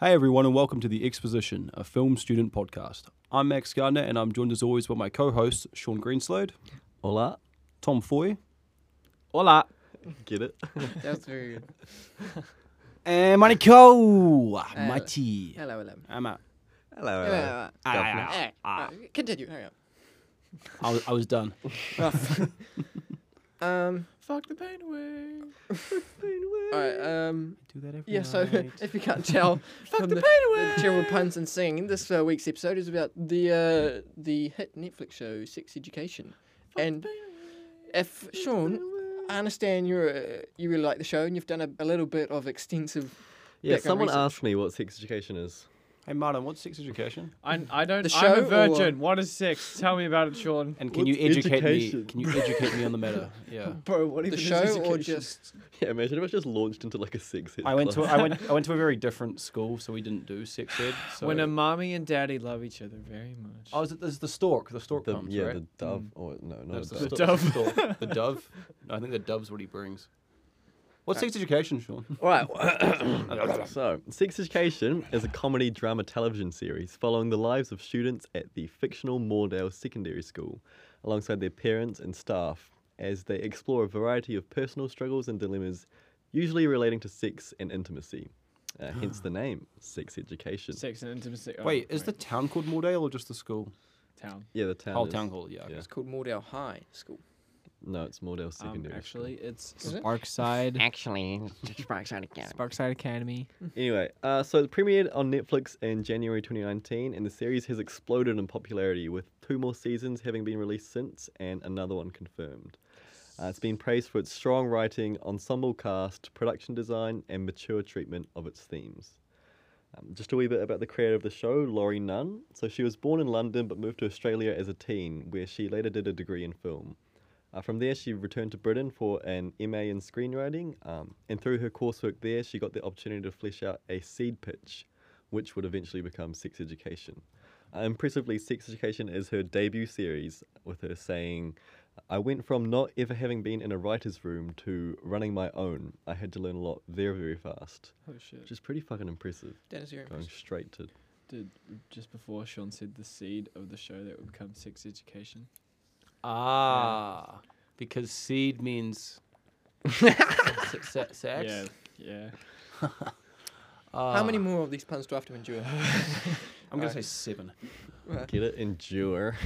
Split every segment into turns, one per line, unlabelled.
Hey everyone, and welcome to the Exposition, a film student podcast. I'm Max Gardner, and I'm joined as always by my co-hosts Sean Greenslade,
Hola.
Tom Foy,
Hola. Get it?
That's very good.
and Monaco Mighty.
Hello, hello.
I'm out.
Hello.
Hello, hello.
Ah,
Hey,
ah.
right, Continue. Hurry up.
I, was, I was done.
Um.
Fuck the pain away.
All right. Um.
Do that every
Yeah. So, if you can't tell from the, the general puns and singing, this uh, week's episode is about the uh, the hit Netflix show Sex Education. and if Sean, I understand you're uh, you really like the show and you've done a, a little bit of extensive.
Yeah,
background
someone
research.
asked me what sex education is.
Hey Martin, what's sex education?
I, I don't.
The
I'm
show
a
or-
virgin. What is sex? Tell me about it, Sean.
And can you
What's
educate me?
education?
Can you educate me on the matter? Yeah.
Bro, what
the show or just
Yeah, imagine if I just launched into like a sex ed
I went to
class.
I went I went to a very different school, so we didn't do sex ed. So
when a
um,
mommy and daddy love each other very much.
oh, is it, there's the stork, the stork
the,
comes,
yeah,
right?
the dove. Or no, not
That's
a
the,
dove.
sto-
dove.
dove.
The dove. No, I think the dove's what he brings. What's sex education, Sean?
uh,
All right. so, Sex Education is a comedy drama television series following the lives of students at the fictional Moordale Secondary School, alongside their parents and staff, as they explore a variety of personal struggles and dilemmas, usually relating to sex and intimacy. Uh, hence the name, Sex Education.
sex and intimacy. Oh,
Wait, is the town called Mordale or just the school?
town?
Yeah, the town.
Whole
is-
town called, yeah. okay.
yeah.
it's called Mordale High School.
No, it's Moordale
Um,
Secondary. School.
actually, it's
Is it?
Sparkside.
Actually, Sparks out again.
Sparkside Academy.
Anyway, uh, so it premiered on Netflix in January 2019, and the series has exploded in popularity, with two more seasons having been released since and another one confirmed. Uh, it's been praised for its strong writing, ensemble cast, production design, and mature treatment of its themes. Um, just a wee bit about the creator of the show, Laurie Nunn. So she was born in London but moved to Australia as a teen, where she later did a degree in film. Uh, from there, she returned to Britain for an MA in screenwriting, um, and through her coursework there, she got the opportunity to flesh out a seed pitch, which would eventually become Sex Education. Uh, impressively, Sex Education is her debut series, with her saying, I went from not ever having been in a writer's room to running my own. I had to learn a lot very, very fast,
Oh shit!
which is pretty fucking impressive,
That is your
going
impression.
straight to
Did just before Sean said the seed of the show that would become sex education.
Ah, because seed means se- se- sex.
Yeah, yeah.
How many more of these puns do I have to endure?
I'm gonna say seven.
get it, endure.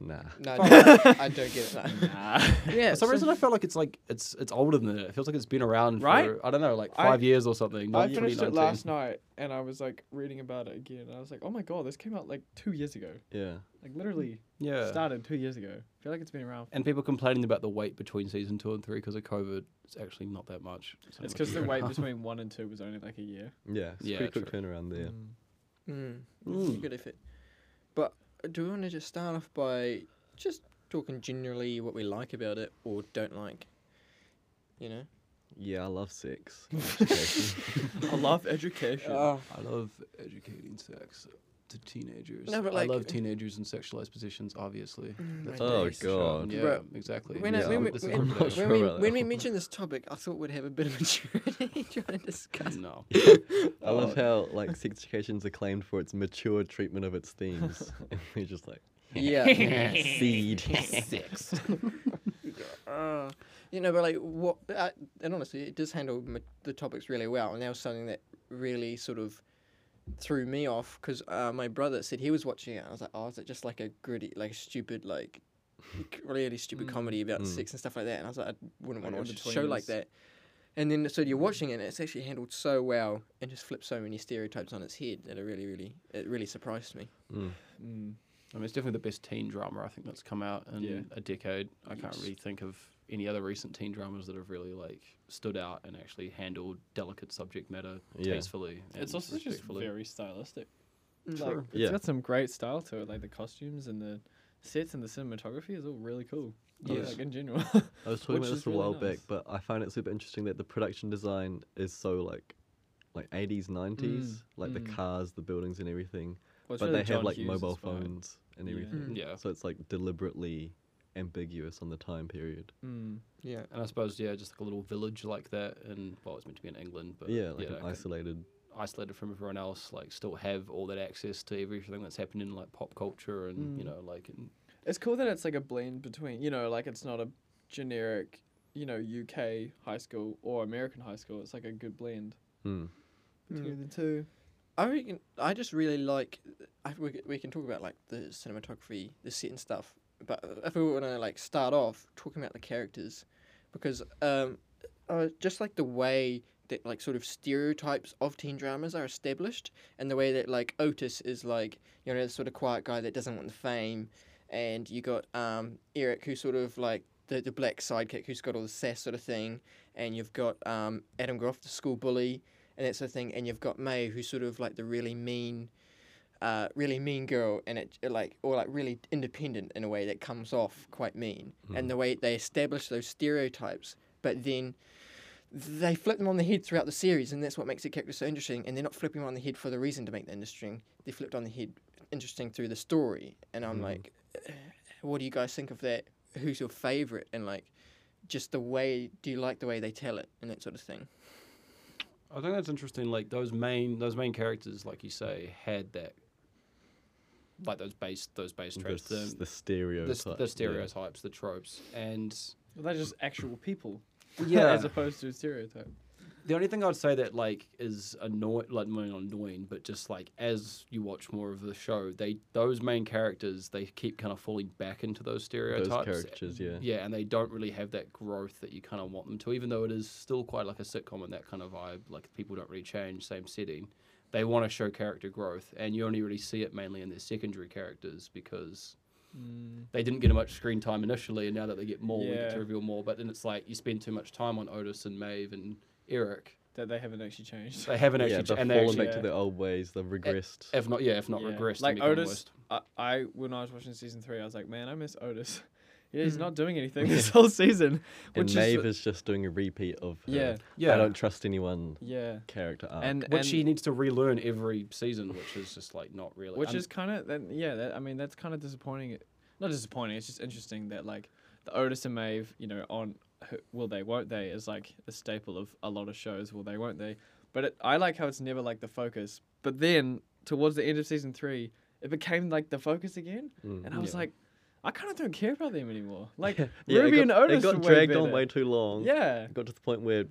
nah.
No, I don't, I don't get it. No.
Nah.
Yeah.
For some reason, I felt like it's like it's it's older than that. It feels like it's been around
Right?
for I don't know, like
I-
five years or something. Not
I finished it
2019.
last night, and I was like reading about it again. And I was like, oh my god, this came out like two years ago.
Yeah.
Like literally
Yeah.
started two years ago. I feel like it's been around.
And people complaining about the wait between season two and three because of COVID. It's actually not that much. It's,
It's
only like a
because
year
the
and a
wait
half.
between one and two was only like a year.
Yeah. It's
Yeah,
a pretty quick
true.
turnaround there.
Mm,
Hmm.
Mm.
Good effort. But do we want to just start off by just talking generally what we like about it or don't like? You know?
Yeah, I love sex. Education.
I love education.
Uh,
Uh,
I love educating sex to teenagers.
No, but
I love
like-
teenagers in sexualized positions, obviously. That's
my
what
Oh,
makes the show.
God.
Mm. Yeah,
Bro,
exactly.
when,
Yeah,
I, when, we,
This is
when,
I'm not
ridiculous.
sure
when, we,
about that
when we
one.
mentioned this topic, I thought we'd have a bit of maturity trying to discuss.
no.
I love
Oh.
how like sex education's acclaimed for its mature treatment of its themes. and we're just like
Yeah.
seed.
Six.
uh, you know, but like, what, uh, and honestly, it does handle ma- the topics really well. And that was something that really sort of threw me off because uh, my brother said he was watching it. and I was like, oh, is it just like a gritty, like stupid, like really stupid comedy about
Mm.
sex and stuff like that? And I was like, I wouldn't want
Like
to
in
watch a show like
betweens.
that. And then, so you're watching it, and it's actually handled so well, and just flips so many stereotypes on its head that it really, really, it really surprised me.
Mm.
I mean, it's definitely the best teen drama I think that's come out in
Yeah.
a decade. I can't really think of any other recent teen dramas that have really like stood out and actually handled delicate subject matter
Yeah.
tastefully.
It's
and
also just
respectfully.
very stylistic. Like,
True.
it's
Yeah.
got some great style to it. Like the costumes and the sets and the cinematography is all really cool. Yeah.
Yes.
Like in general.
I was talking about
Which is
this a
really
while
nice.
back, but I find it super interesting that the production design is so like like eighties, nineties. Like the
mm.
cars, the buildings and everything.
Well, it's
but
really
they have
John
like
Hughes
mobile
inspired.
phones and
Yeah.
everything.
Mm.
Yeah.
So it's like deliberately ambiguous on the time period.
Mm.
Yeah.
And I suppose yeah, just like a little village like that, and well, it's meant to be in England, but
yeah, like an
I, can,
isolated
isolated from everyone else, like still have all that access to everything that's happened in like pop culture and you
Mm.
know like in
It's cool that it's like a blend between, you know, like it's not a generic, you know, UK high school or American high school. It's like a good blend
Hmm.
between the two.
I reckon I just really like. I, we, c- we can talk about like the cinematography, the set and stuff. But if we want to like start off talking about the characters, because um, uh, just like the way that like sort of stereotypes of teen dramas are established, and the way that like Otis is like you know the sort of quiet guy that doesn't want the fame, and you got um Eric who's sort of like the the black sidekick who's got all the sass sort of thing, and you've got um Adam Groff the school bully and that sort of thing. And you've got May, who's sort of like the really mean, uh, really mean girl, and it it like or like really independent in a way that comes off quite mean. And the way they establish those stereotypes, but then they flip them on the head throughout the series, and that's what makes the character so interesting. And they're not flipping them on the head for the reason to make them interesting. They flipped on the head interesting through the story, and I'm like, "Uh, what do you guys think of that? Who's your favorite? And like. Just the way, do you like the way they tell it and that sort of thing?
I think that's interesting. Like those main those main characters, like you say, had that like those base those base
The,
tropes,
s-
the
the stereo.
the, s- the stereotypes, the tropes, and
Well, they're just actual people.
Yeah.
as opposed to a stereotype.
the only thing I'd say that like is annoying, like not annoying, but just like as you watch more of the show, they those main characters they keep kind of falling back into those
Those
stereotypes.
characters, yeah.
Yeah, and they don't really have that growth that you kind of want them to, even though it is still quite like a sitcom and that kind of vibe. Like people don't really change, same setting. They want to show character growth, and you only really see it mainly in their secondary characters because they didn't get much screen time initially, and now that they get more, we get
Mm. Yeah.
to reveal more. But then it's like you spend too much time on Otis and Maeve and Eric.
That they haven't actually changed.
They haven't
Yeah,
actually,
they've
and they
fallen
actually,
back to
yeah.
their old ways. They've regressed.
eh,
if not, yeah, if not
Yeah.
regressed,
Like
and become
Otis-
worse.
I, I when I was watching season three, I was like, man, I miss Otis. Yeah, he's
Mhm.
not doing anything this whole season.
and
Which is- uh,
Maeve is just doing a repeat of her
Yeah,
Yeah,
I don't trust anyone
yeah.
character arc.
And
which
and,
she needs to relearn every season, which is just like not really.
which
I'm-
is kind of then yeah. That, I mean, that's kind of disappointing. Not disappointing. It's just interesting that like the Otis and Maeve, you know, on h- will they, won't they, is like a staple of a lot of shows. Will they, won't they? But it, I like how it's never like the focus. But then towards the end of season three, it became like the focus again,
Mm.
and I was
Yeah.
like, I kind of don't care about them anymore. Like
Yeah, it
Ruby
got,
and Otis
It got
were way
dragged on
better.
way too long.
yeah.
It got to the point where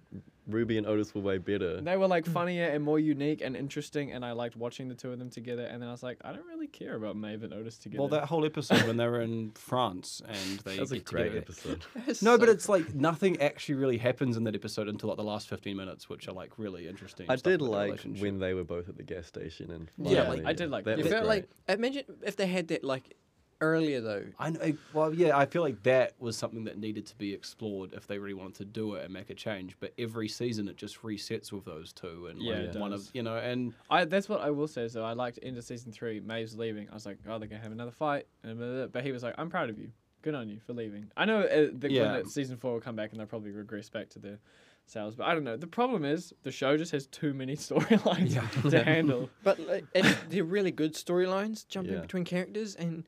Ruby and Otis were way better.
They were like funnier and more unique and interesting, and I liked watching the two of them together. And then I was like, I don't really care about Maeve and Otis together.
Well, that whole episode when they were in France and they
that was a
get
great
together-
episode.
No, but it's like nothing actually really happens in that episode until like the last fifteen minutes, which are like really interesting.
I
stuff
did
with the
like
relationship.
when they were both at the gas station and
Yeah, like-
finally-
I did like
that.
that.
It
was
felt
great.
like imagine if they had that like earlier though.
I know, well, yeah, I feel like that was something that needed to be explored if they really wanted to do it and make a change. But every season it just resets with those two and
Yeah,
like
it
one
does.
of you know, and
I that's what I will say. So I liked end of season three. Maeve's leaving. I was like, oh, they're gonna have another fight. And blah, blah, blah. but he was like, I'm proud of you. Good on you for leaving. I know uh, the
Yeah.
when that season four will come back and they'll probably regress back to their sales. But I don't know. The problem is the show just has too many storylines
Yeah.
to handle.
But like, it's, they're really good storylines jumping
Yeah.
between characters, and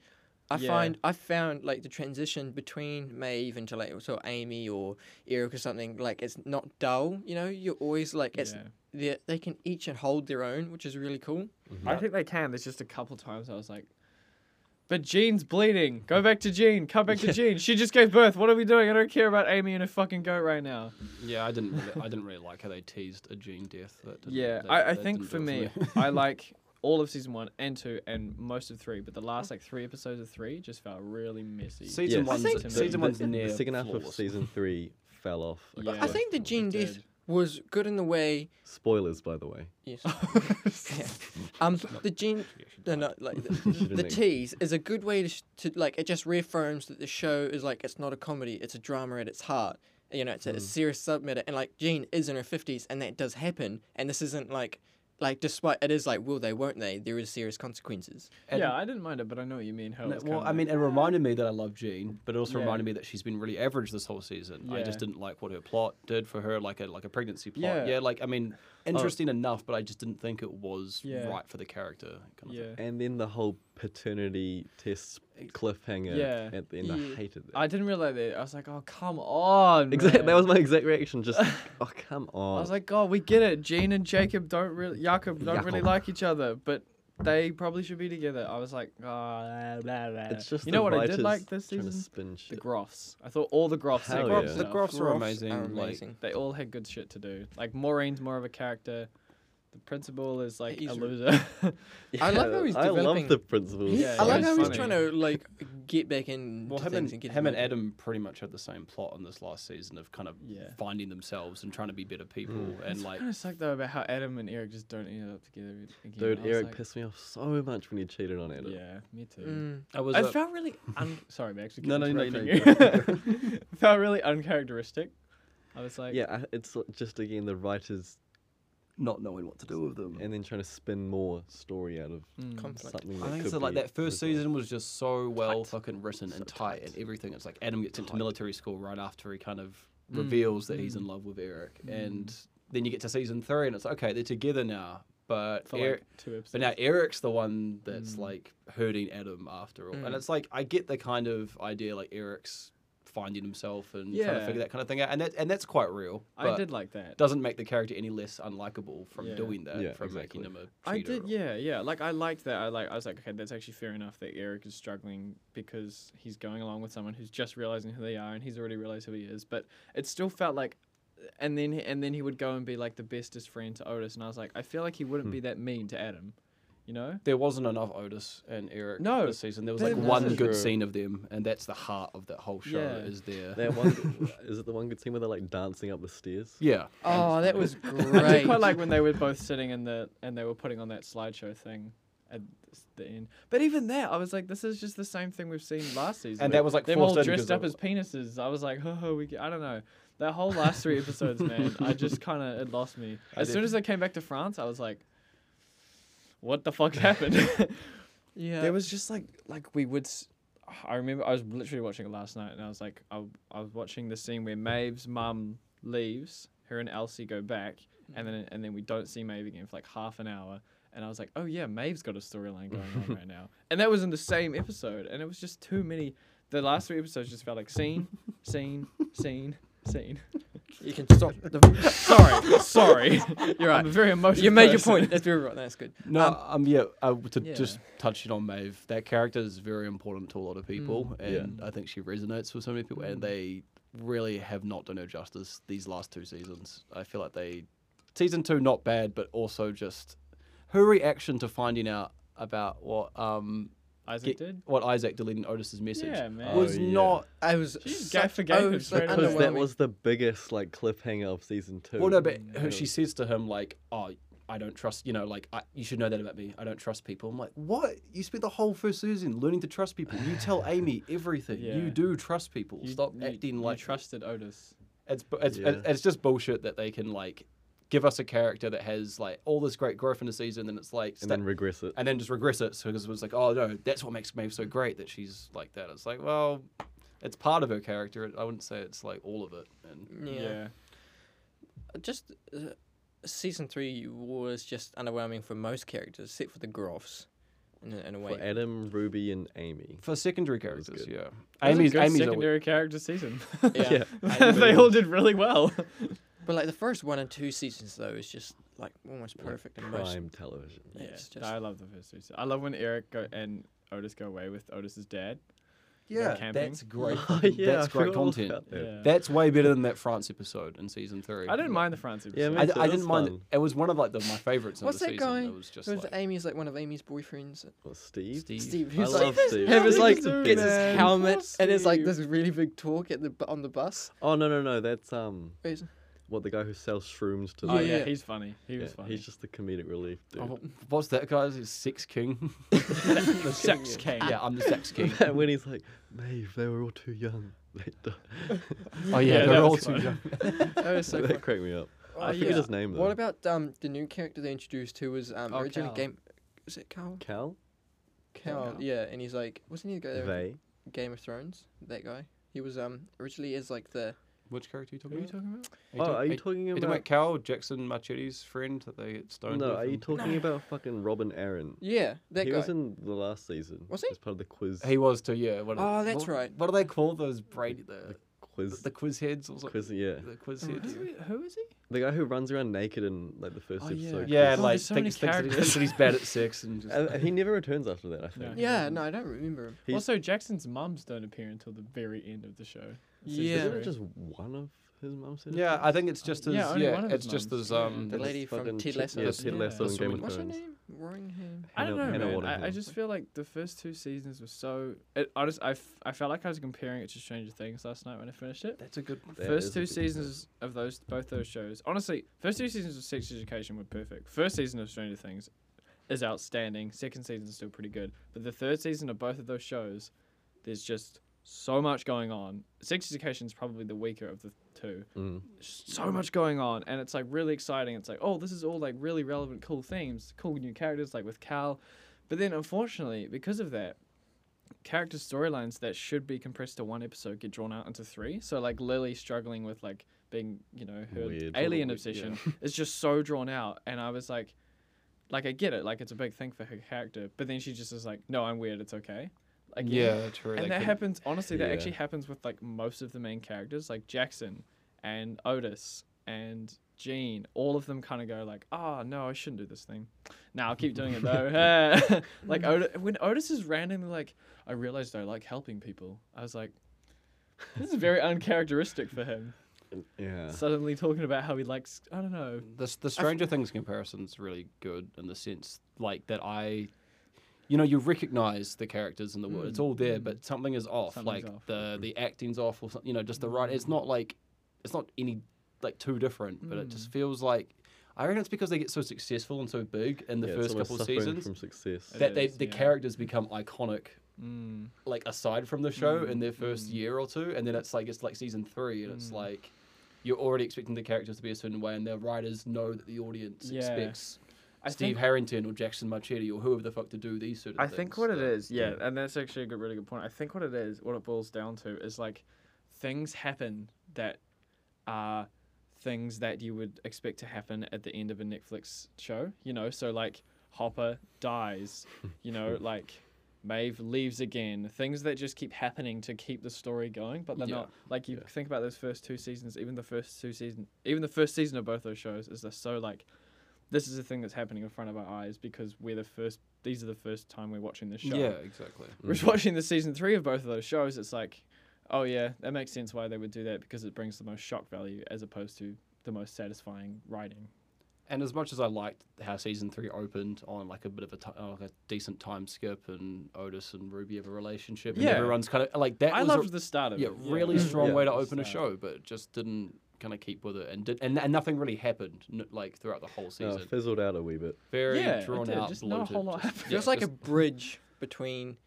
I
Yeah.
find I found like the transition between Maeve into like so Amy or Eric or something like it's not dull. You know, you're always like it's
Yeah.
they they can each and hold their own, which is really cool.
Mm-hmm.
I think they can. There's just a couple times I was like, but Jean's bleeding. Go back to Jean. Come back to Jean. She just gave birth. What are we doing? I don't care about Amy and her fucking goat right now.
yeah, I didn't, really, I didn't really like how they teased a gene death. That didn't,
Yeah,
that-
I, I
that
think
didn't
for
do
me,
it
I like all of season one and two and most of three, but the last like three episodes of three just felt really messy.
Season
Yes. I
one's
think
The-
season
the,
one's
the
near
second half of
flawless.
season three fell off. a
But I
I
cliff.
Yeah.
think the Gene
It
Death
did.
was good in the way.
Spoilers, by the way.
Yes. Yeah. Um, the Gene No, no, like the, the
Shouldn't it?
tease is a good way to, sh- to like it just reaffirms that the show is like it's not a comedy, it's a drama at its heart. You know, it's a,
Mm.
a serious submitter, and like Jean is in her fifties, and that does happen. And this isn't like like despite it is like will they, won't they? There is serious consequences.
And-
yeah, I didn't mind it, but I know what you mean. How
No,
it's
well,
kinda
I mean, it reminded me that I love Jean, but it also
Yeah.
reminded me that she's been really average this whole season. I just
Yeah.
didn't like what her plot did for her, like a like a pregnancy plot. Yeah,
Yeah.
like I mean, interesting enough, but I just didn't think it was
Yeah.
right for the character. Kind
like- yeah.
And then the whole paternity test
Ex-
cliffhanger
yeah.
at the end.
Yeah.
I hated that.
I didn't realize that. I was like, oh come on.
Exactly,
man."
that was my exact reaction. Just, oh come
I
on.
was like, God, we get it. Gene and Jacob don't really, Jacob don't really
Jacob.
like each other, but they probably should be together. I was like, oh, blah, blah, blah.
it's just
you
the
know what I did
writers
like this
trying to
season?
spin
The
shit.
Groffs. I thought all the Groffs. had
Hell
good
yeah.
The
stuff.
Groffs are
Groffs
amazing.
are
Like,
amazing.
They all had good shit to do. Like Maureen's more of a character. The principal is like
He's a-
a loser.
I love how he's
I love
developing-
the principles.
Yeah,
I like
it's
how he's
funny.
trying to like get back in.
well, him
things
and,
and get
him and
motivated.
Adam pretty much had the same plot in this last season of kind of
Yeah.
finding themselves and trying to be better people and like
kind of suck though about how Adam and Eric just don't end up together again. I
Dude,
was
Eric
like,
pissed me off so much when he cheated on Adam.
Yeah, me too.
Mm.
I was
I
uh,
felt really un- sorry, I actually.
No,
keep
no, no,
interrupting you. felt really uncharacteristic. I was like,
Yeah, I- it's like just again the writers
not knowing what to do with them.
and then trying to spin more story out of
mm.
Conflict.
something.
I
that
think
could
so. Like
be
that first
resolved.
season was just so well fucking written and tight, and everything. It's like Adam gets into
Tight.
military school right after he kind of
Mm.
reveals that he's in
Mm.
love with Eric, and then you get to season three, and it's like, okay, they're together now, but
for
Eric,
like two episodes.
but now Eric's the one that's
Mm.
like hurting Adam after all, and
Mm.
it's like I get the kind of idea like Eric's finding himself and trying to
Yeah.
figure that kind of thing out, and that and that's quite real.
I
but
did like that.
Doesn't make the character any less unlikable from
Yeah.
doing that,
Yeah,
from
exactly.
making him a
I
cheater.
did, yeah, yeah. Like I liked that. I like. I was like, okay, that's actually fair enough that Eric is struggling because he's going along with someone who's just realizing who they are and he's already realized who he is. But it still felt like, and then and then he would go and be like the bestest friend to Otis, and I was like, I feel like he wouldn't be that mean to Adam, you know?
there wasn't enough Otis and Eric
No,
this season. There was
there
like one
wasn't.
good
True.
scene of them, and that's the heart of that whole show.
Yeah.
Is there?
That one good- is it the one good scene where they're like dancing up the stairs?
yeah,
Oh, that was
I did
great.
quite like when they were both sitting in the and they were putting on that slideshow thing at s- the end. But even that, I was like, this is just the same thing we've seen last season.
And that was, like,
them all
forced in
dressed
because it
up as
was-
penises. I was like, oh, we. Get, I don't know. That whole last three episodes, man, I just kind of it lost me.
I
As soon
did.
as I came back to France, I was like, what the fuck happened?
yeah.
there was just like like we would. S- I remember I was literally watching it last night, and I was like, I, I was watching the scene where Maeve's mum leaves, her and Elsie go back, and then and then we don't see Maeve again for like half an hour, and I was like, oh yeah, Maeve's got a storyline going on right now, and that was in the same episode, and it was just too many. The last three episodes just felt like scene, scene, scene, scene.
you can stop. The,
Sorry, sorry.
you're
I'm
right.
a very emotional.
You made your
person.
point. That's very right. That's good.
no, um, yeah. Uh, to
yeah.
just touch it on Maeve, that character is very important to a lot of
Mm.
people,
Yeah.
and I think she resonates with so many people, and they really have not done her justice these last two seasons. I feel like they, season two, not bad, but also just her reaction to finding out about what um Get-
Isaac did.
what Isaac deleted Otis's message
Yeah, man.
was
Oh, yeah.
not
I was.
She
such-
forgave
I
him
was, like,
straight away.
Because that
underwhelming.
was the biggest like cliffhanger of season two.
Well, no, but her,
it
she
was-
says to him like, "Oh, I don't trust you know, like I, you should know that about me. I don't trust people." I'm like, "What? You spent the whole first season learning to trust people. You tell Amy everything.
Yeah.
You do trust people.
You-
Stop
you-
acting
you
like
trusted Otis.
it's bu- it's
Yeah.
it's just bullshit that they can like give us a character that has like all this great growth in the season, and it's like
and
sta-
then regress it.
and then just regress it because it was like, oh no, that's what makes Maeve so great that she's like that. It's like, well, it's part of her character. I wouldn't say it's like all of it. And
Yeah. Just uh, season three was just underwhelming for most characters, except for the Groffs. In a, in a way.
For Adam, Ruby, and Amy.
for secondary
was
characters,
good.
yeah,
That was a
Amy's
good
Amy's always-
secondary character season.
yeah.
they all did really well.
But like the first one and two seasons though is just like almost perfect. and most,
Prime television.
yeah, it's
No,
just
I love the first three. se- I love when Eric go and Otis go away with Otis's dad.
Yeah,
camping.
that's great.
Oh, yeah,
that's
I
great
forgot all
content.
about that.
Yeah.
That's way better than that France episode in season three.
I didn't mind the France episode.
Yeah,
I,
me-
I
That
didn't
was
mind.
fun.
It was one of like the, my favorites of
What's
the
that
season.
guy?
It was just
Who's
like
Amy's like one of Amy's boyfriends?
Well, Steve.
Steve.
Steve,
I
who's
love
like
Steve.
him is
Nothing
like
to do,
gets
man.
his helmet
Poor
and it's like
Steve.
this really big talk at the bu- on the bus.
Oh no no no, that's um
Where's-
what the guy who sells shrooms to
Oh
the
yeah,
Yeah.
he's funny. He
Yeah,
was funny.
he's just the comedic relief, dude.
Oh, what's that guy's? It's Six King.
the sex king.
yeah, I'm the Sex King.
and when he's like, Maeve, they were all too young. They died.
Oh yeah,
Yeah,
they're
that
all
was
too
fun.
young.
That was so
that
fun.
cracked me up.
Oh,
I forget
yeah.
his name though.
What about um the new character they introduced who was um
Oh,
originally
Cal.
game is it Cal?
Cal?
Cal,
Cal.
yeah, and he's Uh, like wasn't he the guy that was in
They?
Game of Thrones? That guy. He was um originally as like the
Which character are you talking
What are you
about?
talking about?
you
Oh,
talk-
are you talking
Are you talking
about?
about Cal Jackson Marchetti's friend that they get stoned?
No,
with
are you
and-
talking about fucking Robin Aaron?
Yeah, that
he
guy.
was in the last season.
Was he?
As part of the quiz.
He was too. Yeah. What
Oh,
what-
that's right.
What do they call those braid the
quiz.
the quiz heads or something?
quiz. Yeah,
The quiz
Who
heads.
is he? Who is he?
the guy who runs around naked in like the first
Oh, yeah.
episode.
Yeah,
God,
like
there's so many
thinks, thinks, that he- thinks
characters.
that he's bad at sex and just.
Uh, he never returns after that. I think.
No.
yeah, no, I don't remember him.
He's-
Also, Jackson's mums don't appear until the very end of the show. Season
Yeah.
Isn't it
three.
just one of his mom's?
Yeah, I think it's just his.
yeah,
Yeah,
only one of
it's
his
just
mums.
his.
Yeah.
Um,
The lady from Ted Lasso.
Yeah, Ted
Yeah.
Lasso and
That's
Game
what
of
we-
What's her
Thrones.
name? Roaringham.
I don't know,
Hannah
man. I, I
Waddingham.
just feel like the first two seasons were so. It, I just I, f- I felt like I was comparing it to Stranger Things last night when I finished it.
that's a good.
That is
first
a
two
good
seasons of those both those shows. Honestly, first two seasons of Sex Education were perfect. First season of Stranger Things is outstanding. Second seaon's still pretty good, but the third season of both of those shows, there's just so much going on. Sex Education's probably the weaker of the two
Mm.
so much going on and it's like really exciting it's like oh this is all like really relevant cool themes cool new characters like with cal but then unfortunately because of that character storylines that should be compressed to one episode get drawn out into three so like lily struggling with like being you know her
Weird.
alien
Probably,
obsession is just so drawn out and i was like like i get it like it's a big thing for her character but then she just is like no i'm weird it's okay like
Yeah, true.
and
they
that
could-
happens honestly that
Yeah.
actually happens with like most of the main characters like jackson and otis and Gene. all of them kind of go like oh no i shouldn't do this thing now i'll keep doing it though like
Mm-hmm.
Ot- when otis is randomly like i realized i like helping people i was like this is very uncharacteristic for him
Yeah.
suddenly talking about how he likes i don't know
the the Stranger Things comparison's really good in the sense like that I, you know, you recognize the characters in the world. It's all there, but something is off.
Mm, Something's
like
off. mm-hmm.
the the acting's off, or some- you know, just the right. It's not like it's not any like too different, but it
Mm.
just feels like I reckon it's because they get so successful and so big in the
Yeah, it's
first
almost
couple
suffering
seasons
from success.
It
that they
is,
the
yeah.
characters become iconic
mm.
like aside from the show
Mm-hmm.
in their first year or two, and then it's like it's like season three, and
Mm.
it's like you're already expecting the characters to be a certain way, and the writers know that the audience
Yeah.
expects
I
Steve
think-
Harrington or Jackson Marchetti or whoever the fuck to do these sort of
I
things.
think what it
that-
is, yeah, and that's actually a good, really good point. I think what it is, what it boils down to, is like things happen that are things that you would expect to happen at the end of a Netflix show, you know. So like Hopper dies, you know, like Maeve leaves again. Things that just keep happening to keep the story going, but they're
Yeah.
not like you
Yeah.
think about those first two seasons. Even the first two season, even the first season of both those shows is they're so like this is the thing that's happening in front of our eyes because we're the first these are the first time we're watching this show.
Yeah, Mm. exactly.
We're watching the season three of both of those shows, it's like, oh yeah, that makes sense why they would do that because it brings the most shock value as opposed to the most satisfying writing.
And as much as I liked how season three opened on like a bit of a ti- uh, like a decent time skip, and Otis and Ruby have a relationship, and
Yeah.
everyone's kind of like that.
I
was a-
loved the start of
yeah,
it.
really strong
Yeah.
way to
The
open a
start.
show, but it just didn't kind of keep with it, and did, and and nothing really happened n- like throughout the whole
No,
season.
it Uh, fizzled out a wee bit.
very
Yeah, it
drawn
did,
out,
just not a
bloated.
whole lot
just-
happened.
yeah,
Feels like a
just-
bridge between,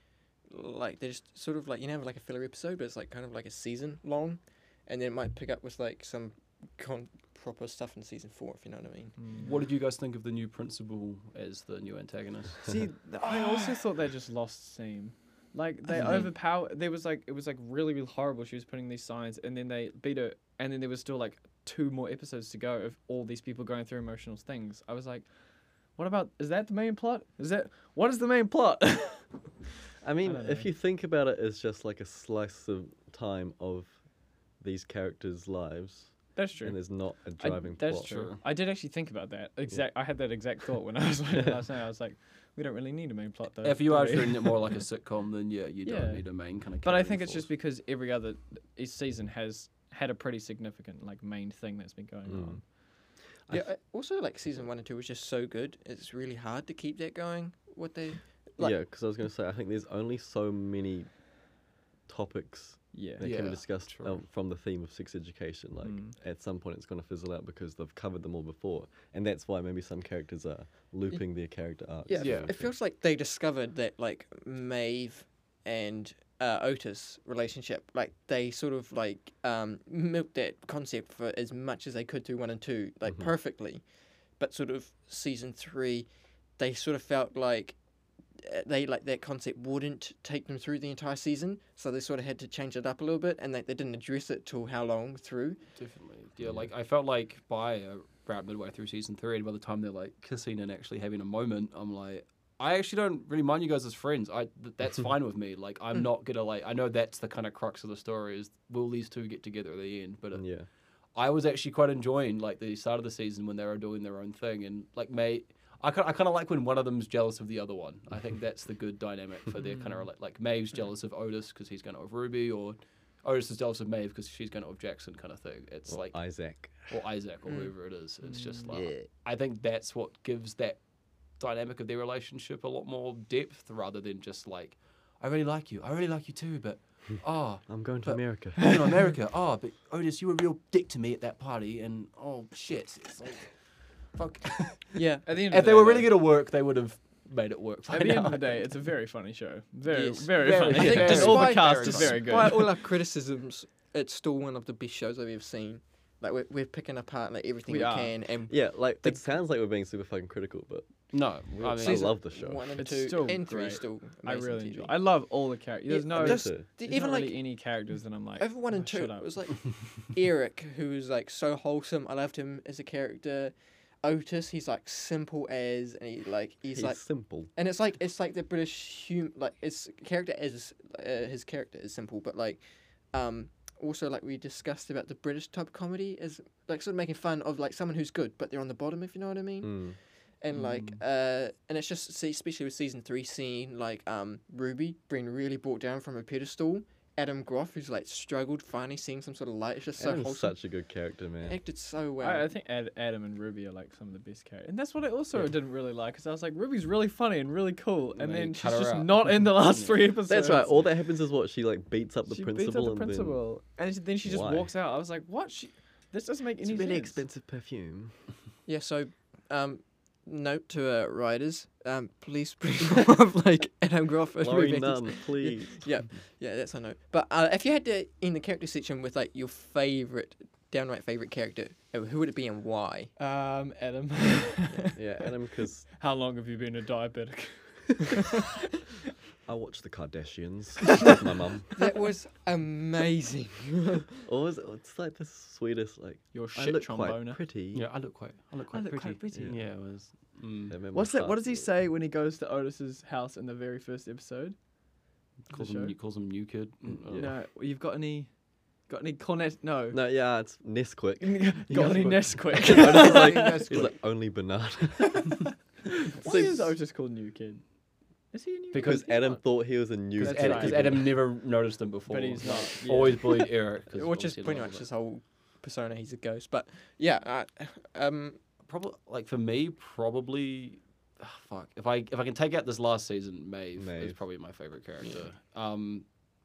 like they just sort of like you know have like a filler episode, but it's like kind of like a season long, and then it might pick up with like some con- proper stuff in season four, if you know what I mean.
What did you guys think of the new principal as the new antagonist?
See, th- I also thought they just lost steam. Like they
Mhm.
overpower. There was like it was like really really horrible. She was putting these signs, and then they beat her, and then there was still like two more episodes to go of all these people going through emotional things. I was like, what about is that the main plot? Is that what is the main plot?
I mean,
don't
if
know.
you think about it as just like a slice of time of these characters' lives,
that's
and
true.
there's not a
I-
driving
that's
plot.
true.
Sure.
I did actually think about that. Exact. I had that exact thought when I was watching it last night. I was like, we don't really need a main plot though.
If you
do
are
we?
treating it more like a sitcom, then yeah, you
Yeah.
don't need a main kind of.
But I think it's just because every other each season has had a pretty significant like main thing that's been going
Mm.
on.
I
Yeah. I also, like season one and two was just so good. It's really hard to keep that going. What they like-
yeah, because I was going to say, I think there's only so many topics
Yeah.
that can
Yeah,
be discussed
true.
um, from the theme of sex education. Like,
Mm.
at some point, it's going to fizzle out because they've covered them all before, and that's why maybe some characters are looping their character arcs.
Yeah,
and
Yeah.
It
everything.
feels like they discovered that like Maeve and uh, Otis relationship, like they sort of like um, milked that concept for as much as they could through one and two, like perfectly. But sort of season three, they sort of felt like uh, they like that concept wouldn't take them through the entire season, so they sort of had to change it up a little bit, and they, they didn't address it till how long through.
Definitely. Yeah, like I felt like by uh, about midway through season three, and by the time they're like kissing and actually having a moment, I'm like, I actually don't really mind you guys as friends. I th- that's fine with me. Like I'm not gonna like. I know that's the kind of crux of the story is will these two get together at the end? But it,
Yeah.
I was actually quite enjoying like the start of the season when they were doing their own thing and like mate. I kind, I kind of like when one of them's jealous of the other one. I think that's the good dynamic for their kind of like Maeve's jealous of Otis because he's going out with Ruby, or Otis is jealous of Maeve because she's going out with Jackson, kind of thing. It's
Or
like
Isaac.
or Isaac or whoever it is. It's just like
Yeah.
I think that's what gives that dynamic of their relationship a lot more depth rather than just like I really like you, I really like you too, but oh,
I'm going to
But-
America.
you know America, oh, but Otis, you were a real dick to me at that party, and oh shit, it's like fuck.
Yeah,
At the end of
if
the
they were
day,
really
though-
gonna work, they would have made it work. By
At the
now,
end of the
I
day,
think.
it's a very funny show. Very,
Yes,
very,
very,
funny.
I think
Just all the
despite-
cast is
very
very good.
By all our criticisms, it's still one of the best shows I've ever seen. Like we're, we're picking apart like everything
We
we,
are.
can, and
yeah, like it sounds like we're being super fucking critical, but
no, I
I
mean,
Season
love the show.
one and
It's
two
still
and three
great.
still.
I
amazing
really
TV.
enjoy. I love all the characters. There's
Yeah,
no,
just-
there's
Me too.
D-
even
even like
really any characters that I'm like
over one
"Oh,
and two,
shut
it
up."
was like Eric, who's like so wholesome. I loved him as a character. Otis, he's like simple as, and he like he's,
He's
like,
simple.
and it's like it's like the British hum like his character is uh, his character is simple, but like, um, also like we discussed about the British type comedy is like sort of making fun of like someone who's good but they're on the bottom, if you know what I mean
Mm.
and like uh and it's just see especially with season three seeing like um ruby being really brought down from a pedestal adam groff who's like struggled finally seeing some sort of light it's just so
Adam's
wholesome
such a good character, man.
acted so well
I, I think Ad, Adam and Ruby are like some of the best characters, and that's what I also didn't really like. Cause I was like, Ruby's really funny and really cool, and
And they
then
cut
she's
her
just
out.
not in the last
Yeah.
three episodes.
That's right. All that happens is what she like beats up the
she
principal
beats up the
and
principal, and she, then she just
Why?
walks out. I was like, what? She, this doesn't make
then
any sense.
perfume.
yeah so um note to uh writers um please bring more of like adam groff and
Laurie
Ruby Andrews.
Nunn, please.
yeah yeah that's i know but uh, if you had to in the character section with like your favorite downright favorite character uh, who would it be and why
Um, Adam,
yeah, Adam, because
how long have you been a diabetic?
I watch the Kardashians with my mum.
that was amazing
Always, it's like the sweetest. Like
Your
I
shit
look
tromboner.
quite pretty.
yeah, I look quite, I look quite
look
pretty.
quite pretty.
Yeah, it was. Mm.
Them and my
What's that? What
father.
does he say when he goes to Otis's house in the very first episode?
Calls
show?
him, calls him new kid. Oh.
No, you've got any, got any cornet? No,
No, yeah, it's Nesquik.
got
got
any
one.
Nesquik?
Otis is like, he's like only banana.
Why
So-
is Otis called New Kid? Is he a New
because
Kid?
Adam thought he was a new
Because
That's
Adam,
right.
because Adam never noticed him before.
But he's not. yeah.
Always bullied Eric. 'cause
which is
obviously
pretty
a lot
much
of
his whole persona. He's a ghost, but yeah, uh, um,
it. probably like for me, probably. ah, fuck. If I if I can take out this last season, Maeve, is
Maeve.
probably my favorite character. Um,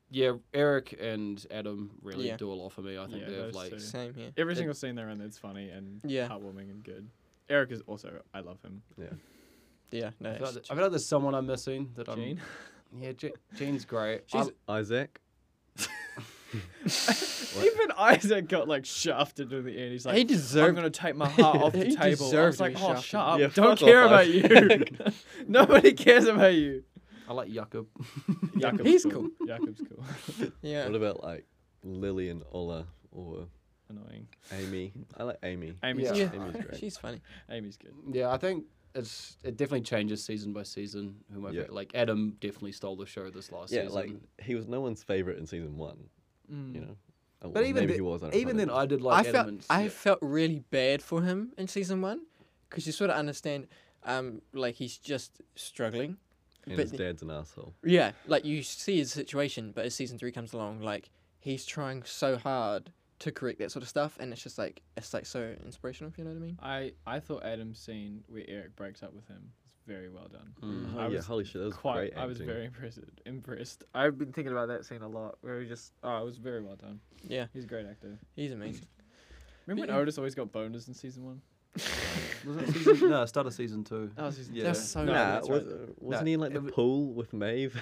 yeah, Eric and Adam really
Yeah.
do a lot for me. I think
Yeah,
they have
those
like
two.
same here.
Every
It-
single scene they're in, it's funny and
Yeah.
heartwarming and good. Eric is also. I love him.
Yeah, no,
I feel, like,
it's-
I feel like there's someone I'm missing that I'm.
Jane.
Yeah, Je- Jean's great. Um,
She's-
Isaac.
Even Isaac got like shafted to the end. He's like,
he
I'm
deserved.
gonna take my heart off the
He
table. I was
deserved to
like,
be
oh,
shafted.
shut up!
Yeah,
Don't
fuck off,
care about you.
Isaac."
Nobody cares about you.
I, I like Jakob.
Jakob's
He's
Jakob's cool.
yeah,
What about like Lily and Ola or
Annoying.
Amy? I like Amy.
Amy's
Yeah.
yeah,
Amy's great.
she's funny.
Amy's good.
Yeah, I think it's it definitely changes season by season. Who my
Yeah.
favorite, like Adam definitely stole the show this last
Yeah,
season.
like he was no one's favorite in season one. You know, Oh,
But
well,
even
maybe
the-
he was. I don't
even
know.
then, I did like
I
Adam
felt
and-
I
yeah.
felt really bad for him in season one, because you sort of understand, um, like he's just struggling.
and
but
his
the-
dad's an asshole.
Yeah, like you see his situation, but as season three comes along, like he's trying so hard to correct that sort of stuff, and it's just like it's like so inspirational. If you know what I mean?
I I thought Adam's scene where Eric breaks up with him was very well done.
Mm.
Oh,
I
yeah,
was
holy shit, that was
Quite,
great.
I was
acting.
very impressed. Impressed. I've been thinking about that scene a lot. Where he just, oh, it was very well done.
Yeah,
He's a great actor.
he's amazing.
Remember
Yeah.
when Otis always got boners in season one?
Was it season, no, start of season two.
Oh, season
Yeah.
That's so
Nah,
No, that's
nice.
right.
was, wasn't
Nah,
he in like
it
the
wa-
pool with Maeve?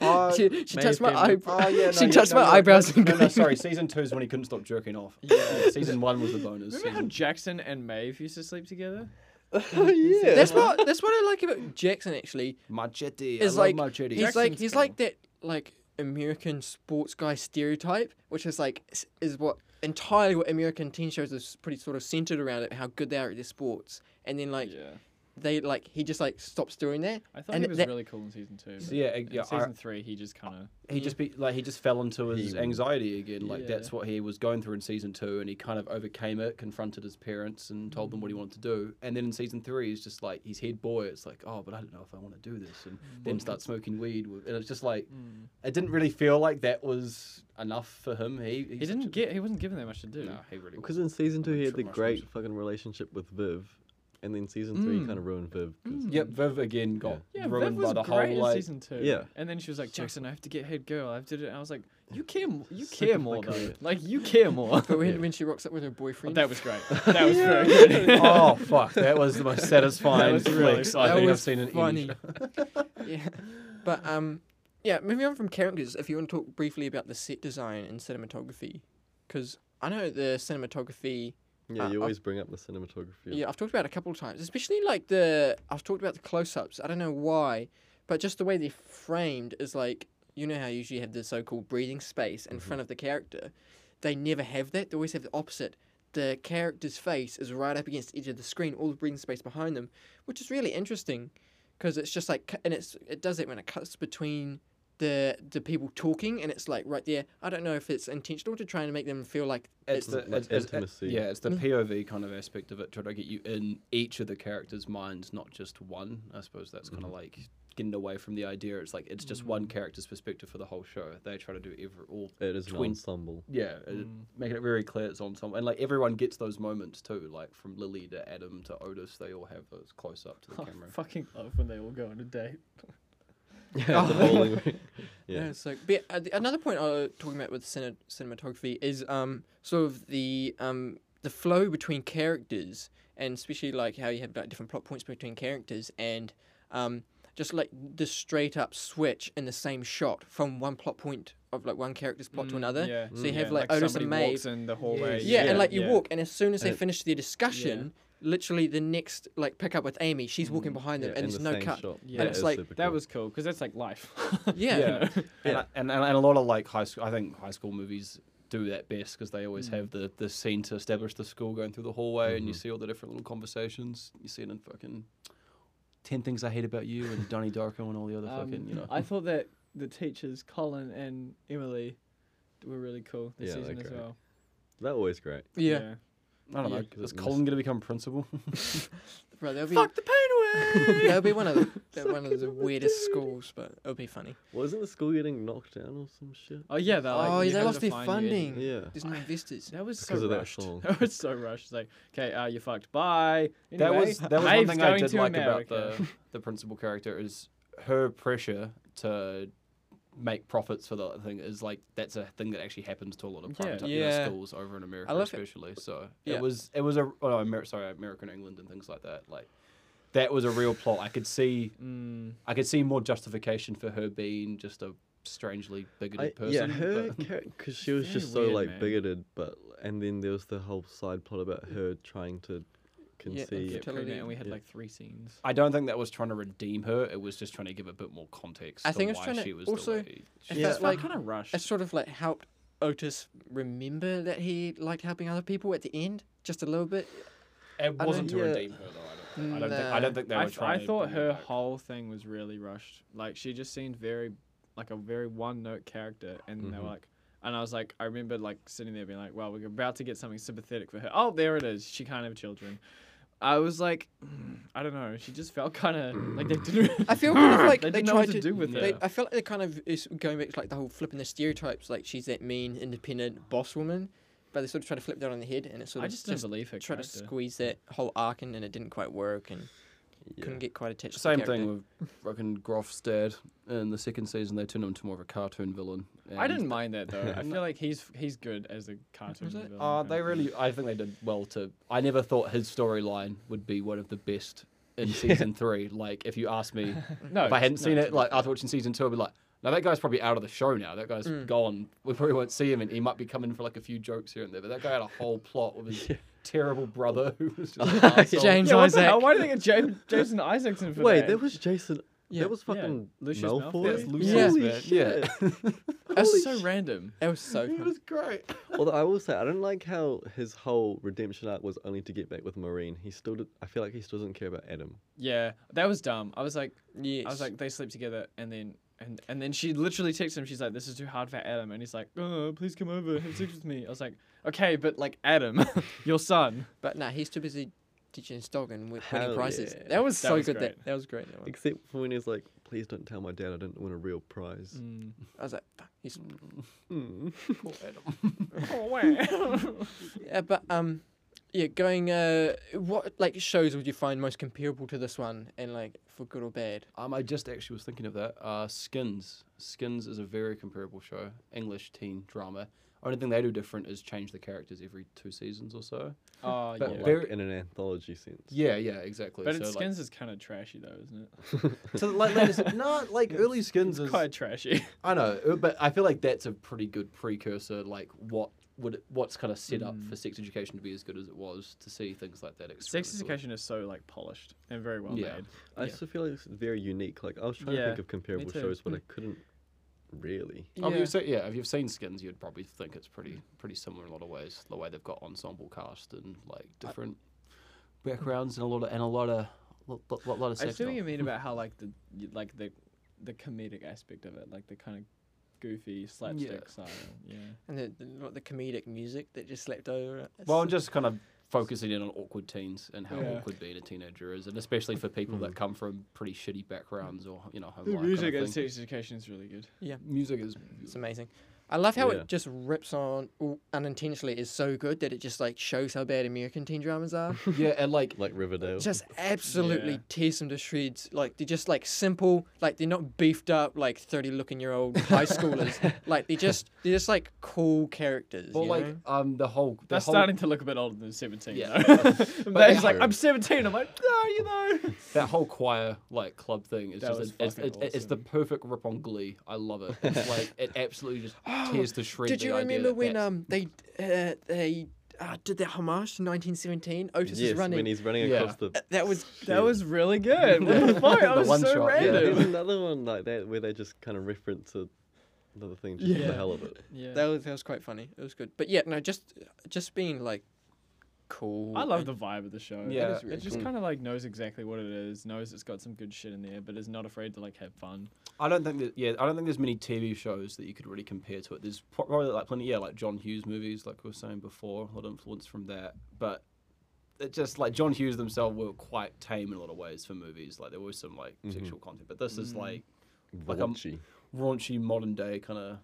Oh, she she
Maeve
touched my
gave me-
eyebrow.
Oh, yeah,
she touched my eyebrows
No,
and
no, sorry. Season two is when he couldn't stop jerking off. Yeah. season one was the bonus.
Remember how
season.
Jackson and Maeve used to sleep together?
yeah.
That's what that's what I like about Jackson actually.
Machete.
Is
I love
like
machete.
he's like
Jackson's
he's
cool.
like that like American sports guy stereotype, which is like s- is what entirely what American teen shows is pretty sort of centered around it, how good they are at their sports, and then like
yeah.
they like he just like stops doing that.
I thought
and
he was
that-
really cool in season two.
So
but
yeah,
in
yeah, I- Oh,
season three, he just kind of.
he just be like he just fell into his
He-
anxiety again. Like
Mm. Yeah.
that's what he was going through in season two, and he kind of overcame it, confronted his parents, and told them what he
Mm.
wanted to do. And then in season three, he's just like he's head boy. It's like oh, but I don't know if I want to do this, and
Mm.
then start smoking weed. with- And it's just like it didn't really feel like that was enough for him. He
He didn't get. He wasn't given that much to do.
No, he really
Because
wasn't.
in season two,
I'm
he had
sure
the
Marshall
great
was-
fucking relationship with Viv, and then season three
Mm.
kind of ruined Viv. 'cause-
Mm.
Yep, Viv again got
Yeah, Viv
ruined
was
by the
great
whole like.
in season two.
Yeah.
and then she was like, Jackson, I have to get head girl. I have to do it. I was like, you care, m- you
Sick
care
of my
more though.
career.
Like you care more.
But when,
Yeah.
when she rocks up with her
Oh,
boyfriend,
that was great. That was very
Yeah.
good.
oh fuck! That was the most satisfying
was really
flex I
that
think I've
was
seen in any
funny.
show.
yeah. But um, yeah. Moving on from characters, if you want to talk briefly about the set design and cinematography, because I know the cinematography.
Yeah, you
Uh, I've-
always bring up the cinematography.
Yeah. I've talked about it a couple of times, especially like the I've talked about the close-ups. I don't know why, but just the way they're framed is like you know how you usually have the so-called breathing space in front of the character. They never have that. They always have the opposite. The character's face is right up against the edge of the screen, all the breathing space behind them, which is really interesting because it's just like cu- and it's it does it when it cuts between the the people talking and it's like right there. I don't know if it's intentional to try and make them feel like
it's
it's
the
like
it's, it's, it-
intimacy.
yeah, it's the
Mm.
POV kind of aspect of it, trying to get you in each of the characters' minds, not just one. I suppose that's
Mm-hmm.
kind of like getting away from the idea. It's like it's just one character's perspective for the whole show. They try to do every all.
It is an
Twin-
ensemble.
Yeah, it- making it very clear it's ensemble, and like everyone gets those moments too. Like from Lily to Adam to Otis, they all have those close up to the
Oh,
camera.
fucking love when they all go on a date.
Yeah, the
Oh,
bowling. ring.
Yeah.
yeah.
so, but uh, the- another point I was talking about with cine- cinematography is um sort of the um the flow between characters, and especially like how you have like different plot points between characters, and um just like the straight up switch in the same shot from one plot point of like one character's plot to
Mm,
another.
Mm, Yeah.
So you
yeah,
have like, Otis
somebody
and
walks
Maeve.
in the hallway.
Yeah, and like you
yeah.
walk, and as soon as they
And it-
finish their discussion, literally the next like pick up with Amy, she's walking behind them,
Mm, Yeah,
and
in
there's
the
no
same
cut.
shot.
Yeah.
That
it's
is
like-
super
That
cool.
was cool because that's like life.
Yeah.
Yeah.
You know?
And,
Yeah.
I- and, and and a lot of like high school, I think high school movies do that best because they
Mm.
always have the, the scene to establish the school going through the hallway and you
Mm-hmm.
see all the different little conversations. You see it in fucking Ten Things I Hate About You and Donnie Darko and all the other
Um,
fucking you know.
I thought that the teachers, Colin and Emily, were really cool this
Yeah,
season
they're
as
great.
well.
that always great.
Yeah,
I don't know.
yeah,
'cause
is
it was-
Colin gonna become principal?
Bro, that'll be
the pain
that'll be one of the that one of the weirdest schools, but it'll be funny.
Wasn't the school getting knocked down or some shit?
Oh yeah, they're like.
Oh,
you
yeah, they
had
lost
to
their
find you.
funding.
Yeah.
There's no investors.
That was
Because
so
of that
rushed.
song.
That was so rushed. It's like, okay, uh, you fucked. Bye.
that
Anyway,
was that was one
Maeve's
thing I
going
did
to
like about
America.
the the principal character is her pressure to make profits for the thing is like that's a thing that actually happens to a lot of
Yeah.
private you know,
Yeah.
schools over in America
love it.
especially. So
Yeah.
it was it was a oh, no, Amer- sorry American England and things like that like that was a real plot. I could see
Mm,
I could see more justification for her being just a strangely bigoted
I,
person.
yeah, her
but-
because she was
very
just so
weird,
like
man.
bigoted, but and then there was the whole side plot about her trying to conceive.
get pregnant,
Fertility.
and we had
Yeah.
like three scenes.
I don't think that was trying to redeem her. It was just trying to give a bit more context.
I
to
think it's
why
trying to
she was
also-
The way she
It
Yeah.
felt like
kind of rushed.
it sort of like helped Otis remember that he liked helping other people at the end, just a little bit.
It
don't-
wasn't to
yeah.
redeem her though. I don't. Think. I don't think. I
Nah.
don't think they
I,
were
f-
trying.
I
to
thought
bring her
her
back.
whole thing was really rushed. Like she just seemed very, like a very one-note character, and they were
Mm-hmm.
like, and I was like, I remember like sitting there being like, well, we're about to get something sympathetic for her. Oh, there it is. She can't have children. I was like, I don't know. She just felt kind of like they didn't.
I feel kind of like
they
they,
didn't know
tried
what to, do with
They,
it.
I feel like they kind of is going back to like the whole flipping the stereotypes, like she's that mean, independent boss woman, but they sort of try to flip that on the head, and it sort
I
of
just didn't believe her
try to
character.
squeeze that whole arc in, and it didn't quite work, and couldn't get quite attached.
Same
to the
thing
character.
with fucking Groff's dad. In the second season, they turned him into more of a cartoon villain.
I
and-
didn't mind that though. I feel like he's he's good as a cartoon.
it?
villain,
Uh,
kind
they
of.
really. I think they did well to. I never thought his storyline would be one of the best in season three. Like, if you asked me,
No,
if I hadn't
no,
seen
it's
it, like after watching season two, I'd be like, Now that guy's probably out of the show now. That guy's
Mm.
gone. We probably won't see him, and he might be coming for like a few jokes here and there. But that guy had a whole plot with his terrible brother who was just "Oh, an arsehole.
James
yeah, what the
Isaac.
hell? Why do they get James, Jason Isaacson for
Wait,
that?
that was Jason.
Yeah,
that was
yeah,
fucking
Lucius
Malfoy.
Malfoy. That's
Lucius,
Holy
man,
shit.
That's
Holy
so
sh-
random.
That was so
It
fun.
was great.
Although I will say, I don't like how his whole redemption arc was only to get back with Maureen. He still, did, I feel like he still doesn't care about Adam.
Yeah, that was dumb. I was like,
Yes.
I was like, they sleep together, and then and and then she literally texts him. She's like, "This is too hard for Adam," and he's like, "Oh, please come over, have sex with me." I was like, "Okay, but like Adam, your son."
but nah, he's too busy ditching his dog and wi- winning
Hell
prizes.
yeah.
That was
That
so
was
good.
great.
That that was great. That one.
Except for when he's like, please don't tell my dad I didn't win a real prize.
Mm.
I was like, fuck, he's.
Mm.
Poor Adam.
oh wow.
Yeah, but um, yeah, going uh, what like shows would you find most comparable to this one, and like for good or bad?
Um, I just actually was thinking of that. Uh, Skins. Skins is a very comparable show, English teen drama. Only thing they do different is change the characters every two seasons or so.
Oh
But
yeah.
Like,
Very-
in an anthology sense.
Yeah, yeah, exactly.
But
so
it's
like,
Skins is kind of trashy though, isn't it?
so like, latest- no, like early Skins
It's
is
quite trashy.
I know, uh, but I feel like that's a pretty good precursor. Like what would it, what's kind of set up for sex education to be as good as it was to see things like that.
Hmm. Sex
experimented with.
education is so like polished and very well
Yeah.
made.
I
Yeah.
still feel like it's very unique. Like I was trying
Yeah,
to think of comparable
too.
shows, but
Hmm.
I couldn't really.
Oh, if you've seen, yeah, if you've seen Skins, you'd probably think it's pretty pretty similar in a lot of ways. The way they've got ensemble cast and like different backgrounds and a lot of and a lot of lot, lot, lot, lot of
I
sex.
see what
stuff.
you mean about how like the y- like the the comedic aspect of it, like the kind of goofy slapstick style. Yeah.
And the, the not the comedic music that just slept over it. It's
Well, and
just-
just kind of focusing in on awkward teens and how
Yeah.
awkward being a teenager is, and especially for people that come from pretty shitty backgrounds or you know home
The
life
music
kind
and
of thing.
sex education is really good.
Music is
it's amazing. I love how
Yeah.
it just rips on ooh, unintentionally is so good that it just like shows how bad American teen dramas are.
yeah, and like
Like Riverdale.
just absolutely
Yeah.
tears them to shreds. Like they're just like simple, like they're not beefed up like thirty looking year old high schoolers. like they just they're just like cool characters.
Well,
you
like
know?
um, the whole the
That's
whole,
starting to look a bit older than 17.
Yeah.
Yeah. but he's like,
True.
I'm 17. I'm like, no, you know.
that whole choir like club thing is
That
just
was
it's, it's,
fucking
it's- it's the perfect rip on Glee. I love it. It's like it absolutely just tears to shreds.
Did
the
you
idea
remember
that
when
that's-
um they uh, they uh, did that homage to 1917? Otis
yes,
is running. Uh,
when he's running
Yeah.
across the.
that was
That was really good. What the fuck?
The
That was
one
so
shot, yeah.
Yeah,
random.
there's another one like that where they just kind of reference a, another thing just for the
Yeah.
hell of it.
Yeah.
that was that was quite funny. It was good. But yeah, no, just just being like cool.
I love
and-
the vibe of the show. That
Yeah.
is- it just kind of like knows exactly what it is, knows it's got some good shit in there, but is not afraid to like have fun.
I don't think that yeah, I don't think there's many TV shows that you could really compare to it. There's pro- probably like plenty yeah, like John Hughes movies, like we were saying before, a lot of influence from that. But it just like John Hughes themselves were quite tame in a lot of ways for movies. Like there was some like sexual content, but this is
Mm-hmm.
like Like, um,
Raunchy.
raunchy modern day kind of.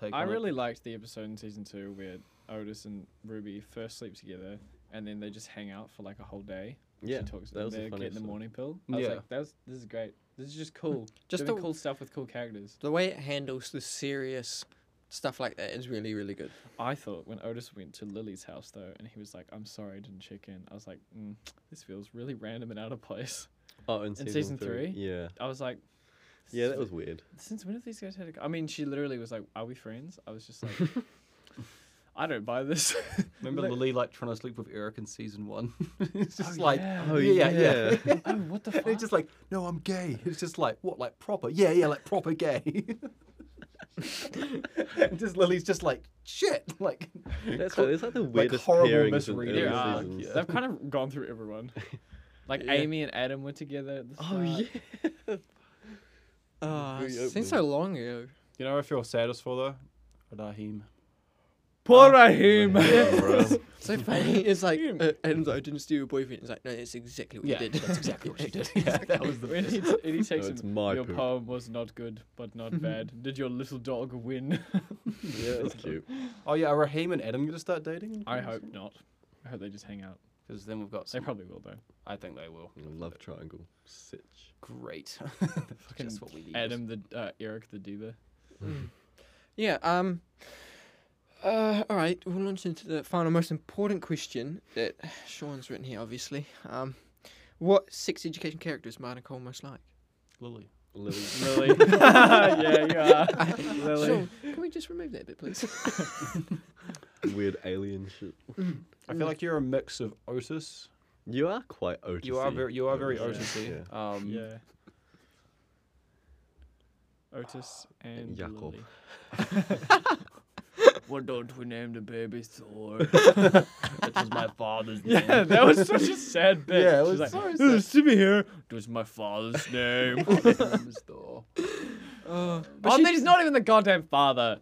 Take
I
on it.
really liked the episode in season two where Otis and Ruby first sleep together and then they just hang out for like a whole day.
Yeah,
she talks
that was a
they
fun
get the
episode.
morning pill. I
Yeah.
was like, that was, this is great. This is just cool.
Just
just Doing
the-
cool stuff with cool characters.
the way it handles the serious stuff like that is really really good.
I thought when Otis went to Lily's house though, and he was like, "I'm sorry, I didn't check in." I was like, mm, "This feels really random and out of place."
Oh, in season,
season
three.
three?
Yeah.
I was like,
Yeah, that was weird.
Since when have these guys had? A... I mean, she literally was like, "Are we friends?" I was just like, "I don't buy this."
Remember
Like-
Lily like trying to sleep with Eric in season one? it's just
Oh,
like,
yeah.
Oh,
yeah, yeah.
oh, what the
And
fuck?
it's just like, no, I'm gay. It's just like, what, like proper? Yeah, yeah, like proper gay. and just Lily's just like, shit, like
That's
co-
right, it's like the weirdest
horrible
pairings in
misreading.
early
There are.
seasons.
Yeah.
uh, They've kind of gone through everyone. Like
Yeah.
Amy and Adam were together. At the
Oh
start.
yeah.
Oh,
Very
it's been
open.
so long ago.
you know, I feel saddest for though, Rahim.
Poor Raheem.
bruh.
So funny. It's like uh, Adam's like, I didn't steal your boyfriend. It's like, no, that's exactly what
Yeah,
you did.
that's exactly what she did. Yeah, that was the
When he, t- and he takes
it's
him,
my
your
poop."
poem was not good, but not bad. Did your little dog win?
yeah, that's cute.
Oh yeah, are Rahim and Adam gonna start dating?
I hope not. I hope they just hang out.
because then we've got.
They
Some,
probably will though.
I think they will.
Love triangle. Sitch.
Great.
Fucking
That's what we need.
Adam the uh, Eric the diva.
Yeah. Um. Uh, all right, we'll launch into the final, most important question that Sean's written here, obviously. Um, what sex education character is Martin Cole most like?
Lily.
Lily.
Lily. yeah, you are. Lily.
Sean, can we just remove that bit, please?
Weird alien shit.
I feel like you're a mix of Otis.
You are quite Otis.
You are very, you are very
Otis,
Otisy. Um,
Yeah. Otis and
Jakob.
Lily. Why don't we name the baby Thor?
That was my father's name.
yeah, that was such a sad bit.
Yeah, it
She's
was
like,
so
"This is Timmy here. It was my father's name.
But
oh,
she-
then he's not even the goddamn father.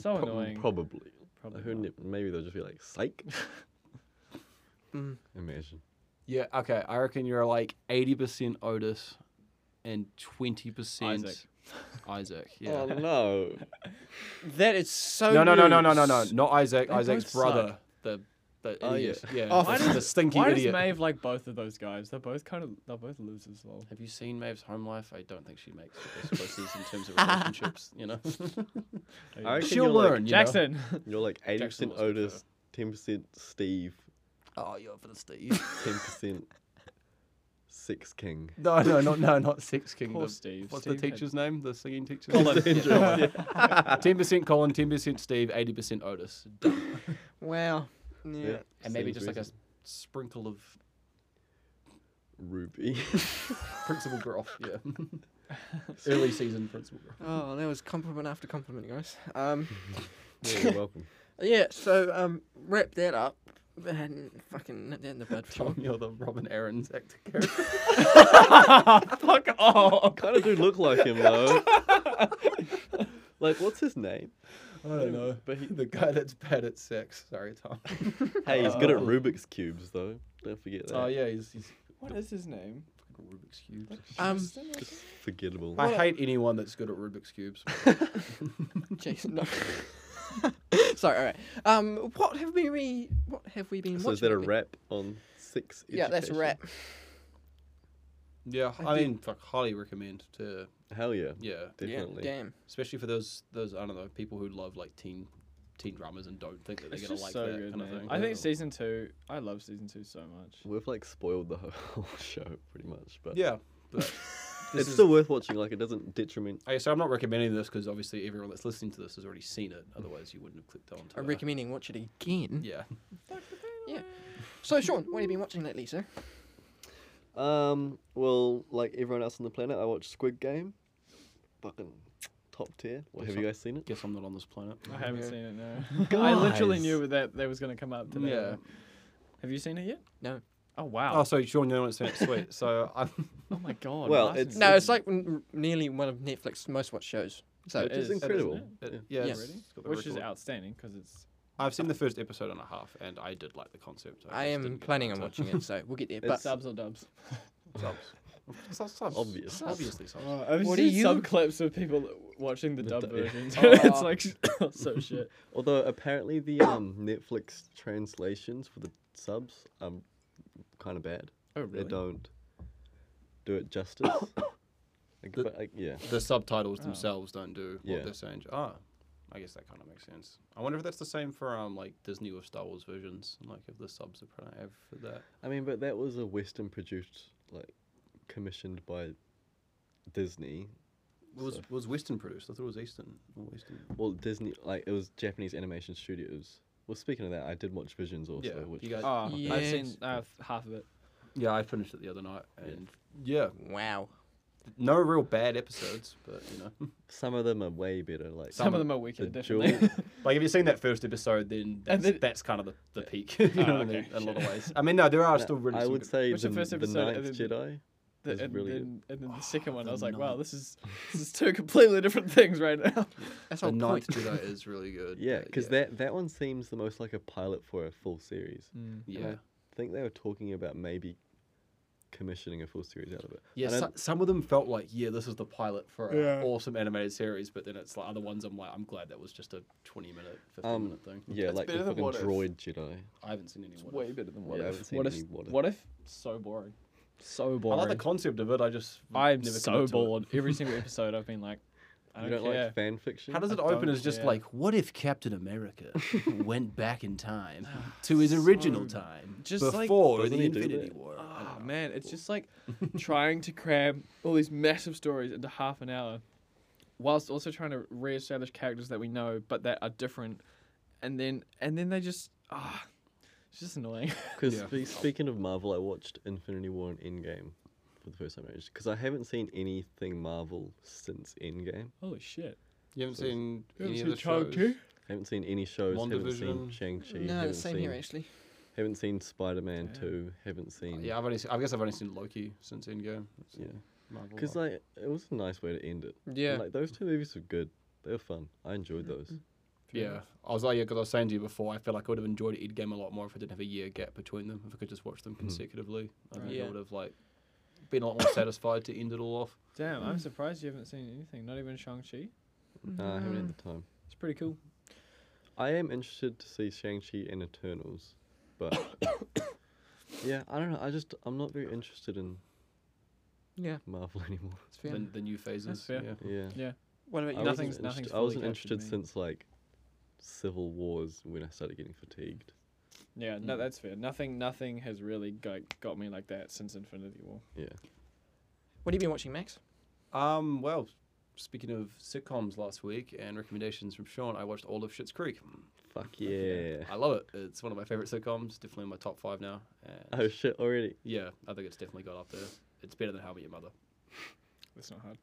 So annoying.
Probably.
Probably
Who
not.
kn- maybe they'll just be like, psych.
Mm.
Imagine.
Yeah, okay. I reckon you're like 80% Otis and 20%
Isaac.
Isaac,
Oh
yeah.
no.
that is so.
no, no, no, no, no,
rude.
no, no. Not Isaac.
Oh, They
Isaac's
both
brother. The the
Oh,
idiot. Yeah.
Oh,
the,
Why
the stinky
Why does
idiot.
Maeve like both of those guys? They're both kind of they're both losers, lol.
Have you seen Maeve's home life? I don't think she makes the best choices in terms of relationships, you know?
I reckon
She'll
you're like-
learn, you know?
Jackson.
You're like eighty
Jackson
percent
was good for
Otis, ten percent Steve,
Oh, you're for the Steve.
ten percent Six King.
no, no, not, no, not Six King.
Poor
the-
Steve.
What's
Steve
the
had-
teacher's name? The singing teacher?
Colin.
Yeah. 10% Colin, 10% Steve, 80% Otis. Done.
Wow. Yeah.
and maybe
seems
just like a
reasonable.
sprinkle of
Ruby.
Principal Groff. Yeah. Early season Principal Groff.
Oh, that was compliment after compliment, guys. Um,
yeah, you're welcome.
yeah. So um, wrap that up and fucking nip that in the bud for
Tom,
Sean.
you're the Robin Aaron's actor character.
Fuck off.
Kind of do look like him though. like, what's his name?
I don't know. But he, the guy that's bad at sex. Sorry, Tom.
Hey, he's good at
Oh.
Rubik's cubes though. Don't forget that.
Oh, yeah, he's, he's
What is his name?
fucking Rubik's Cubes.
Um,
Just forgettable.
I hate anyone that's good at Rubik's Cubes.
Jason. No. Sorry. All right. Um, what have we re- what have we been
So
watching?
is that a
lately?
wrap on six?
Yeah, that's a
Education?
wrap.
Yeah,
I
I,
do-
mean, fuck, highly recommend to,
Hell yeah,
yeah.
definitely.
Yeah, damn.
Especially for those, those I don't know, people who love like teen teen dramas and don't think that they're
It's
going
just
to like
so
that
good,
kind
man.
of thing.
I
Yeah.
think season two. I love season two so much.
We've like spoiled the whole show pretty much, but
yeah. But
it's
this is-
still worth watching. Like, it doesn't detriment.
Okay, so I'm not recommending this because obviously everyone that's listening to this has already seen it. Otherwise, you wouldn't have clicked on. To
I'm
it.
recommending watch it again.
Yeah.
So Sean, what have you been watching lately, sir?
Um, well, like everyone else on the planet, I watched Squid Game. Fucking top tier. Well, have you guys seen it?
Guess I'm not on this planet.
I haven't seen it now. I literally knew that that was gonna come up today.
Yeah.
Have you seen it yet?
No.
Oh wow.
Oh, so Sean, you haven't seen it. Sweet. So I'm.
Oh my god.
Well,
Martin.
it's-
No, it's like n- nearly one of Netflix's most watched shows. So
Which is
is,
incredible.
isn't
It,
Yeah.
yeah.
Yeah.
it's
Really?
got the
which is
original-
outstanding because it's.
I've seen the first episode and a half, and I did like the concept.
I
just
am
didn't get
planning on
around to
watching it, so we'll get there.
It's-
But
Subs or dubs?
Subs. Subs, subs.
Obvious.
Obviously, subs.
I've
What
seen
do you-
some clips of people watching the dub
dub-
version.
Oh.
it's like so shit.
Although apparently the um Netflix translations for the subs are kind of bad.
Oh
They don't do it justice. like,
The-
but, like, yeah.
The subtitles
Oh.
themselves don't do what
Yeah.
they're saying. Ah, I guess that kind of makes sense. I wonder if that's the same for um like Disney or Star Wars versions. Like if the subs are trying to have for that.
I mean, but that was a Western produced, like, commissioned by Disney.
Was
So-
was Western produced? I thought it was Eastern. Or Western.
Well, Disney, like, it was Japanese animation studios. Well, speaking of that, I did watch Visions also,
Yeah,
which
you guys-
Oh, I've
Yes.
seen uh, half of it.
Yeah, I finished it the other night, and yeah,
wow.
no real bad episodes, but you know,
some of them are way better. Like,
Some, of them are
the
wicked,
jewel,
definitely.
like if you've seen that first episode, then that's,
then-
that's kind of the, the peak. you know what I mean?
okay,
In a lot of
sure.
ways. I mean, no, there are
Oh, no,
still really.
I
some
would
good-
say
Which
the,
the first
the
episode of
Ninth
the-
Jedi.
The-
is
and,
really good.
then, and then the second one, I
the
was like, wow,
ninth.
this is this is two completely different things right now.
That's
the
our
Ninth
point.
Jedi is really good.
Uh, Yeah,
but
because that that one seems the most like a pilot for a full series.
Yeah,
I think they were talking about maybe commissioning a full series out of it.
yeah.
And I-
So, some of them felt like, yeah, this is the pilot for an
Yeah.
awesome animated series, but then it's like other ones. I'm like, I'm glad that was just a 20 minute, 15
Um,
minute thing.
yeah,
It's
like the
better than
fucking
What If.
droid Jedi.
I haven't seen any.
It's
What
way
If.
better than what
Yeah, I haven't
if.
seen
What if,
any What If.
what if? So boring. So
I
boring.
like the concept of it. I just
I'm
never
so
commit to it.
bored. Every single episode, I've been like, I
You
don't,
don't
care.
like fan fiction?
How does
I
it open?
don't
Is just
care.
like, what if Captain America went back in time to his original time
Ah, Just like-
before
Doesn't
the
he do
Infinity
that?
War?
Ah, man, it's just like trying to cram all these massive stories into half an hour, whilst also trying to re-establish characters that we know but that are different, and then and then they just ah, it's just annoying.
Because
Yeah.
speaking of Marvel, I watched Infinity War and Endgame for the first time. Because I haven't seen anything Marvel since Endgame.
Holy shit!
You haven't seen any of
Haven't
the shows?
seen Chang Chi?
I haven't seen any shows. Haven't seen
WandaVision.
Shang-Chi.
No,
haven't,
same
seen,
here actually.
haven't seen Spider-Man
Yeah.
2. Haven't seen...
Yeah, I've only seen, I guess I've only seen Loki since Endgame. That's
Yeah.
Marvel
Because,
one.
like, it was a nice way to end it.
Yeah.
Like, those two movies were good. They were fun. I enjoyed those.
yeah, I was like, yeah, because I was saying to you before, I feel like I would have enjoyed Endgame a lot more if I didn't have a year gap between them. If I could just watch them consecutively, I think I
Yeah.
would have like been a lot more satisfied to end it all off.
Damn, I'm surprised you haven't seen anything. Not even Shang Chi.
Nah, I haven't had the time.
It's pretty cool.
I am interested to see Shang-Chi and Eternals. But... yeah, I don't know. I just... I'm not very interested in
Yeah.
Marvel anymore.
It's fair.
The, the new phases.
fair.
Yeah.
Yeah.
What about
I
you?
Nothing-
wasn't
nothing's
interest- I
fully
wasn't
captured
interested
me.
since like Civil Wars when I started getting fatigued.
Yeah, no,
Mm.
that's fair. Nothing, nothing has really got, got me like that since Infinity War.
Yeah.
What have you been watching, Max?
Um. Well, speaking of sitcoms last week and recommendations from Sean, I watched all of Shit's Creek.
Fuck yeah.
I love it. It's one of my favorite sitcoms. Definitely in my top five now. And
Oh shit! Already.
yeah, I think it's definitely got up there. It's better than How I Met Your Mother.
That's not hard.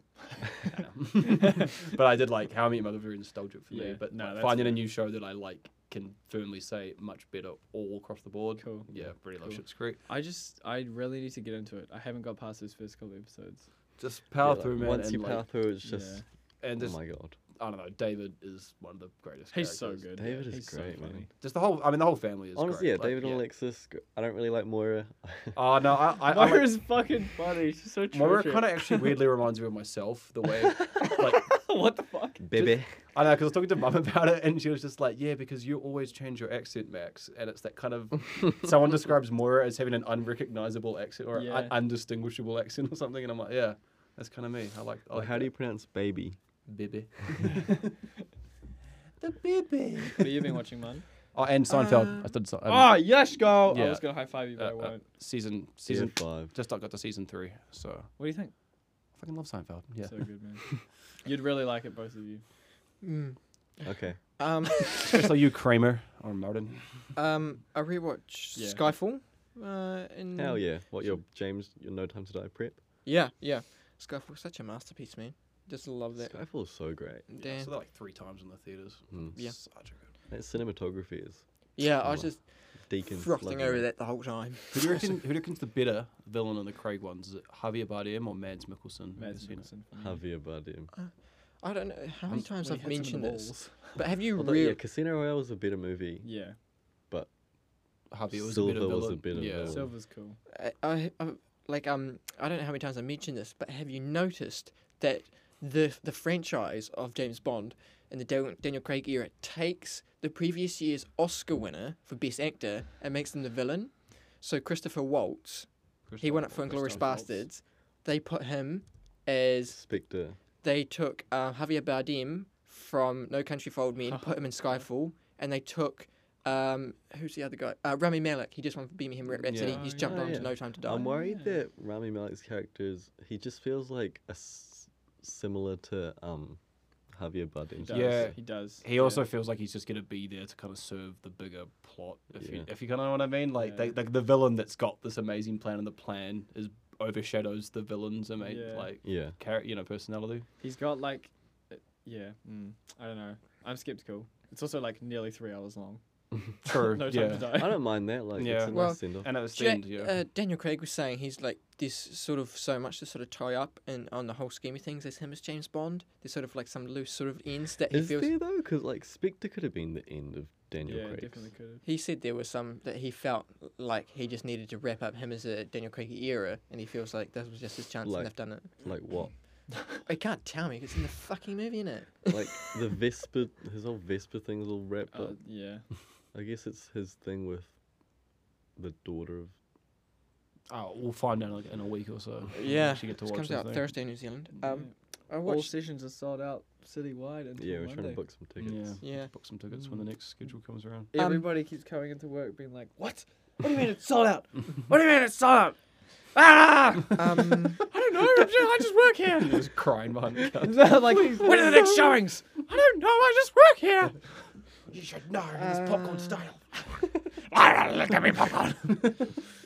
I know. um, but I did like How I Met Your Mother was very nostalgic for me.
Yeah,
But
no,
like,
that's
finding a
fair.
new show that I like can firmly say much better all across the board.
Cool.
Yeah, really love
Cool.
Shit's Creek.
I just, I really need to get into it. I haven't got past those first couple episodes.
Just power
Yeah, like,
through, man.
Once
and,
you
like,
power through, it's just
Yeah.
and
oh
just
my god.
I don't know. David is one of the greatest.
He's so
characters.
good.
David
yeah.
is
He's so
great,
funny.
man.
Just the whole. I mean, the whole family is.
Honestly,
great.
yeah.
like,
David and Alexis. g- I don't really like Moira.
Oh no, I, I, I like,
Moira's fucking funny. She's so
Moira
treacherous.
kind of actually weirdly reminds me of myself. The way, like,
what the fuck?
Bebe.
I know because I was talking to Mum about it, and she was just like, "Yeah, because you always change your accent, Max." And it's that kind of someone describes Moira as having an unrecognizable accent or
Yeah.
an undistinguishable accent or something, and I'm like, "Yeah, that's kind of me. I like." I
Well,
like
how do you pronounce baby?
baby? the baby.
But you've been watching Mon.
Oh, and Seinfeld. I did. So- um,
Ah, yes, go.
yeah.
I was gonna high five you,
uh,
but I
uh,
won't.
season
Season
season
five.
just got to season three, so I
What do you think?
fucking love Seinfeld. Yeah.
So good, man. You'd really like it, both of you.
Mm.
Okay.
Um,
Especially you, Kramer or Martin.
um, I rewatched
Yeah.
Skyfall. Uh, in
Hell yeah. What your James? Your No Time to Die prep.
Yeah, yeah. Skyfall's such a masterpiece, man. Just love that.
Skyfall's so great.
Yeah, I
Damn.
saw that like three times in the theaters.
Mm.
Yeah.
Such a good.
That cinematography is
Yeah, I was
Skyfall.
just
Deacon.
frothing over that the whole time.
Who do you reckon? who do you reckon's the better villain in the Craig ones? Is it Javier Bardem or Mads Mikkelsen? Have
Mads
you seen it?
Mikkelsen. for me.
Javier Bardem.
I don't know how many times
When
I've
he hits him in
mentioned
the
this,
balls.
but have you
Although, yeah,
really?
Casino Royale was a better movie.
Yeah,
Javier was a better
Silver
villain.
was a better
yeah.
villain.
Silver's cool.
I, I, I like um I don't know how many times I mentioned this, but have you noticed that the the franchise of James Bond in the Dan- Daniel Craig era takes the previous year's Oscar winner for Best Actor and makes them the villain? So Christopher Waltz, he went up for Inglorious
Christoph Waltz.
Bastards. They put him as
Spectre.
they took uh, Javier Bardem from No Country for Old Men, put him in Skyfall, and they took. Um, who's the other guy? Uh, Rami Malek. He just won for Birmingham Rep Rhapsody.
Yeah.
He's
Oh,
jumped
yeah.
on
Yeah.
to No Time to Die.
I'm worried
Yeah.
that Rami Malek's characters he just feels like a s- similar to um Javier
He
Bardem.
does.
Yeah.
he does.
He
yeah.
also feels like he's just gonna be there to kind of serve the bigger plot. If you
Yeah.
if you kind of know what I mean, like they,
Yeah.
like the villain that's got this amazing plan, and the plan is overshadows the villain's amazing
Yeah.
like
Yeah.
character, you know, personality.
He's got like, uh, yeah. Mm, I don't know. I'm skeptical. It's also like nearly three hours long.
True.
no time
yeah.
to die.
I don't mind that. Like
Yeah.
it's a
Well,
nice send off.
And at the
Do you
end,
know,
yeah.
uh, Daniel Craig was saying he's like this sort of so much to sort of tie up and on the whole scheme of things as him as James Bond. There's sort of like some loose sort of ends that he
Is
feels.
there though? Because like Spectre could have been the end of Daniel
yeah,
Craig.
definitely could. have.
He said there was some that he felt like he just needed to wrap up him as a Daniel Craig era, and he feels like this was just his chance,
Like-
and they've done it.
Like what?
I can't tell me 'cause it's in the fucking movie, innit?
like the Vesper, his whole Vesper thing's all wrapped
Uh,
up.
yeah.
I guess it's his thing with the daughter of.
oh, we'll find out like, in a week or so. when we
Yeah,
actually get to
This
watch
comes
this
out
thing.
Thursday, in New Zealand. Um, I
yeah. All
watched.
sessions are sold out citywide until
Yeah, we're
Monday.
trying to book some tickets.
Yeah.
Yeah.
Book some tickets when the next schedule comes around.
Um,
Everybody keeps coming into work being like, "What?
What do you mean it's sold out? What do you mean it's sold out?
Ah! Um,
I don't know. I'm just- I just work here.
Just crying behind the couch.
like, when are the next showings? I don't know. I just work here. Uh.
You should know it's popcorn style.
Look at me, popcorn.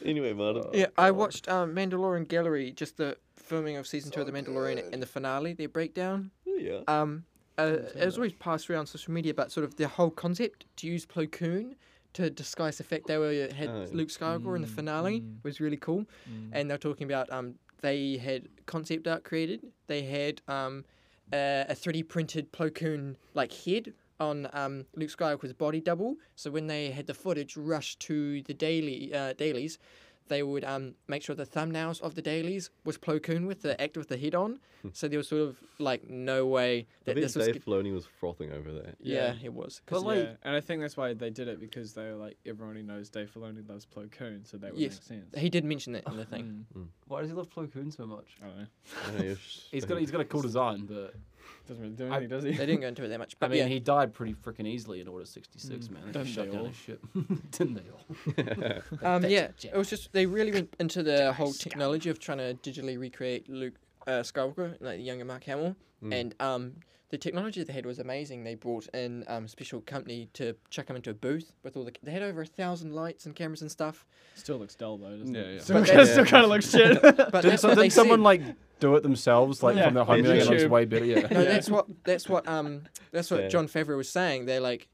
Anyway, Martin.
yeah, I watched um, Mandalorian Gallery, just the filming of season two of The Mandalorian and the finale, their breakdown.
Oh, yeah.
Um, uh, it was always passed around social media, but sort of the whole concept to use Plo Koon to disguise the fact they were uh, had
Oh.
Luke Skywalker in the finale was really cool. And they're talking about um, they had concept art created. They had um, uh, a three D printed Plo Koon like head on um, Luke Skywalker's body double. So when they had the footage rushed to the daily uh, dailies, they would um, make sure the thumbnails of the dailies was Plo Koon with the actor with the head on. so there was sort of like no way
I
that
think
this was.
Dave
g-
Filoni was frothing over that.
yeah,
Yeah.
it was. 'Cause-
But like,
yeah, and I think that's why they did it because they were like everyone who knows Dave Filoni loves Plo Koon, so that would
Yes.
make sense.
he did mention that in the
Hmm.
thing.
Mm,
why does he love Plo Koon so much?
I don't know.
I know you're sh-
He's got he's got a cool design, but
Doesn't really do
I-
anything, does
they
he?
didn't go into it that much,
I
but
mean
yeah,
he died pretty freaking easily in Order sixty six,
Mm.
man. They
Didn't
shut
they
down
all?
his ship. Didn't they all?
um, yeah,
Jedi.
it was just they really went into the whole technology of trying to digitally recreate Luke uh, Skywalker, like the younger Mark Hamill, and um, the technology they had was amazing. They brought in um, a special company to chuck him into a booth with all the. They had over a thousand lights and cameras and stuff.
Still looks dull though, doesn't
Yeah,
it?
yeah.
Still,
But
kinda-
they-
still kind of looks shit.
But
Did,
that's
so,
what they
did someone
said.
like do it themselves, like
Yeah.
from their home?
They
Yeah, it looks
should.
way better. Yeah.
No, that's what that's what um that's what
Fair.
John Favreau was saying. They're like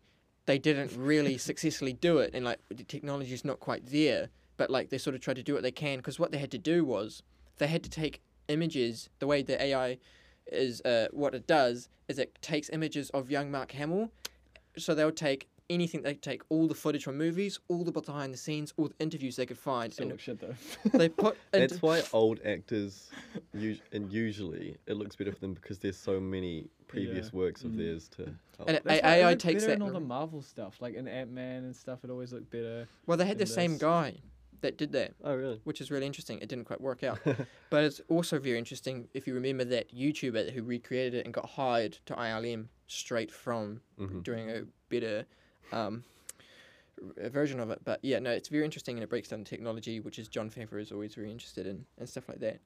they didn't really successfully do it, and like the technology's not quite there. But like they sort of tried to do what they can because what they had to do was they had to take images. The way the AI is uh, what it does is it takes images of young Mark Hamill. So they'll take anything. They take all the footage from movies, all the behind the scenes, all the interviews they could find,
Still
and
looks shit though.
they put. into-
That's why old actors, us- and usually it looks better for them because there's so many previous works of theirs to. help.
And it-
That's
A-
why it
AI
looked
takes
better
that
in all
and-
the Marvel stuff, like in Ant Man and stuff. It always looked better.
well, they had the
in
same
this.
guy that did that.
oh really?
which is really interesting. It didn't quite work out, but it's also very interesting if you remember that YouTuber who recreated it and got hired to ILM straight from
Mhm.
doing a better um, r- version of it. But yeah, no, it's very interesting and it breaks down technology, which is John Favreau is always very interested in and stuff like that.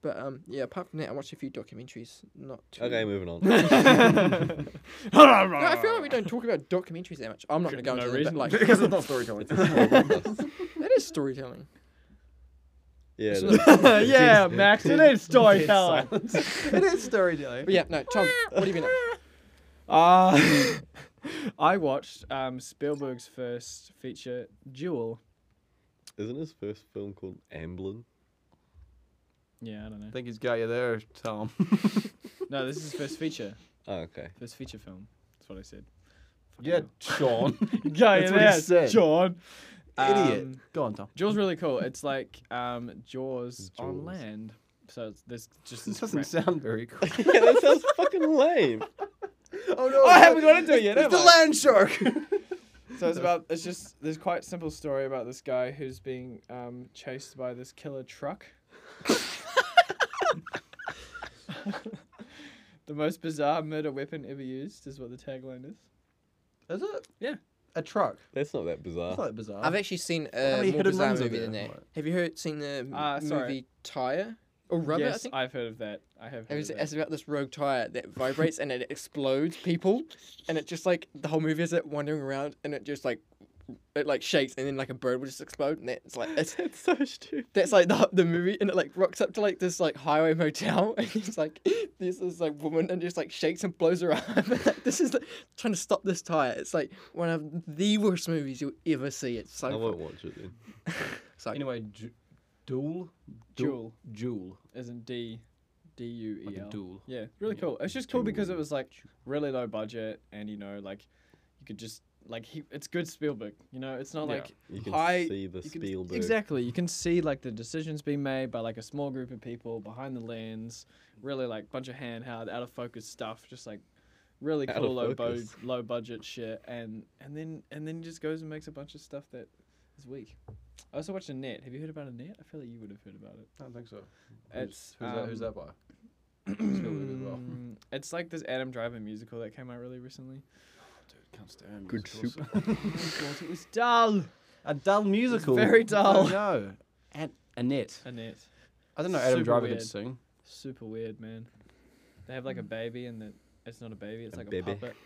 But um, yeah, apart from that, I watched a few documentaries. Not too...
Okay, moving on.
No, I feel like we don't talk about documentaries that much. I'm not going to go
No
into
reason.
them, but like
because it's not storytelling.
that is storytelling.
yeah.
It's
it
not-
is.
yeah, Max, it is storytelling.
it is storytelling.
But yeah, no, Tom, what have you been up?
Uh, I watched um, Spielberg's first feature, Duel.
Isn't his first film called Amblin?
Yeah, I don't know.
I think he's got you there, Tom.
No, this is his first feature.
Oh, okay.
First feature film. That's what I said. Fucking
Yeah, Sean.
hell. Guy
That's
in
what he
there,
said.
John.
Idiot.
Um,
Go on, Tom.
Jaws really cool. It's like um, Jaws,
Jaws.
on land. So it's, there's just
This
this
doesn't
ra-
sound very cool.
yeah, that sounds fucking lame.
oh no!
I haven't got into it yet. have I?
land shark.
So it's about it's just there's quite simple story about this guy who's being um, chased by this killer truck. the most bizarre murder weapon ever used is what the tagline is.
Is it?
Yeah.
A truck.
That's not that
That's
bizarre.
not bizarre.
I've actually seen
How
a
many
more
hidden
bizarre
rings are
movie
there?
than that.
Right.
Have you heard seen the m-
Uh, sorry.
movie Tire or Rubber? I
yes,
think.
I've heard of that. I have.
It
Heard
was,
of that.
it's about this rogue tire that vibrates and it explodes people, and it just like the whole movie is it wandering around and it just like it like shakes and then like a bird will just explode and it's like it's,
That's so stupid.
that's like the the movie and it like rocks up to like this like highway motel and it's like there's this like woman and just like shakes and blows her arm. like, this is like, trying to stop this tire. It's like one of the worst movies you'll ever see. It's
I
so
won't watch it then.
so
Anyway, ju- duel.
Duel
Duel.
as in D, D U
Like
E
a
L.
duel.
Yeah, really
Yeah.
cool. It's just cool because it was like really low budget, and you know, like you could just like he, it's good Spielberg. You know, it's not
Yeah.
like
You can
high.
see the
you can-
Spielberg.
exactly. You can see like the decisions being made by like a small group of people behind the lens. Really like bunch of handheld, out of focus stuff. Just like really
Out of
cool low bu-
focus.
low budget shit. And and then and then he just goes and makes a bunch of stuff that is weak. I also watched Annette. Have you heard about Annette? I feel like you would have heard about it.
I don't think so.
It's
who's, that, who's
um,
that by? Spielberg as well.
Mm, It's like this Adam Driver musical that came out really recently.
Can't stand
Good
musicals.
it was dull.
A dull musical.
very
Oh,
dull.
no. And Annette.
Annette.
I don't know Adam
Super
Driver
weird.
could sing.
Super weird, man. They have like a baby, and the, it's not Mm. a baby; it's
A
like
baby.
a puppet.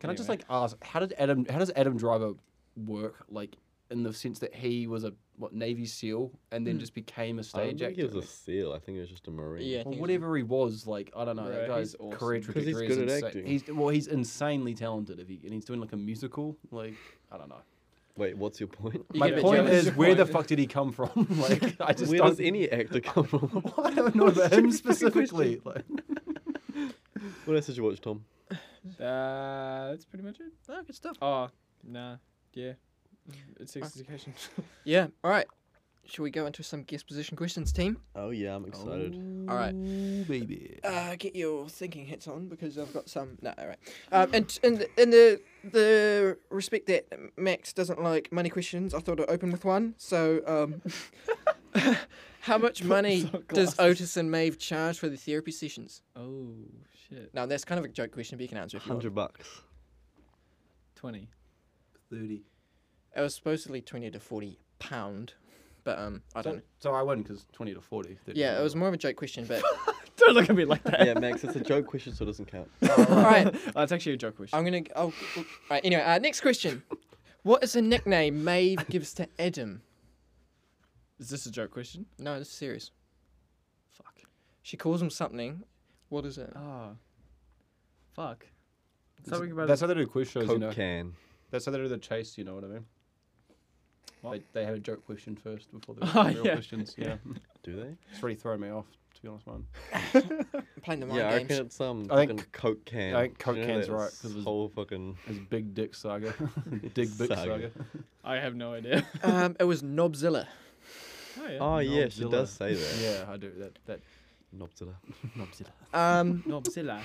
Can I just
Anyway.
like ask how did Adam how does Adam Driver work like in the sense that he was a what Navy SEAL and then just became a
I don't
stage
think he
actor?
was a seal. I think he was just a marine.
Yeah. I
Well,
think he's-
whatever he was, like I don't know, that
Right,
guy's
he's awesome.
career
'Cause he's
trajectory
good
is
at
insane.
acting.
He's well, he's insanely talented. If he and he's doing like a musical, like I don't know.
Wait, what's your point?
You
My
get a bit
point
jealous.
is,
Your
where the
point.
fuck did he come from? like I just
Where
don't,
does any actor come from?
I don't know about him specifically. Like,
what else did you watch, Tom?
Uh, that's pretty much it.
Oh, good stuff.
Oh, nah, yeah. Mm, It's sex education.
Yeah. All right. Shall we go into some guest position questions, team?
Oh yeah, I'm excited.
Oh.
All right.
baby.
Uh, get your thinking hats on because I've got some. No, all right. Um, and in the, in the the respect that Max doesn't like money questions, I thought I'd open with one. So, um, how much money
Flip-flop
does
glasses.
Otis and Maeve charge for the therapy sessions?
oh shit,
Now that's kind of a joke question, but you can answer if you want.
Hundred bucks.
twenty.
Thirty.
It was supposedly twenty to forty pound, but um, I don't.
So,
know.
so I win because twenty to forty. 30
Yeah, it
to
was more of a joke question, but
Don't look at me like that.
yeah, Max, it's a joke question, so it doesn't count.
all right.
oh, it's actually a joke question.
I'm gonna. g- Oh, all right. Anyway, uh, next question. What is the nickname Maeve gives to Adam?
Is this a joke question?
No, this is serious.
Fuck.
She calls him something. What is it?
Oh. Fuck.
That's-
Something about
that's how they do quiz shows, you
Coke
know.
can.
That's how they do the chase. You know what I mean? They, they have a joke question first before the
Oh,
real
yeah.
questions. Yeah,
Do they?
it's really throwing me off. To be honest, man.
I'm playing the mind
Yeah, I
games.
reckon it's um
I think
fucking Coke can.
I think Coke
you know
can's
that
right, 'cause it's-
whole fucking
It's Big Dick Saga. Dig Dick Saga.
Saga.
I have no idea.
Um, it was Nobzilla.
oh yeah.
Oh yeah, she
Nobzilla.
does say that.
yeah, I do. That that
Nobzilla.
Um,
Nobzilla.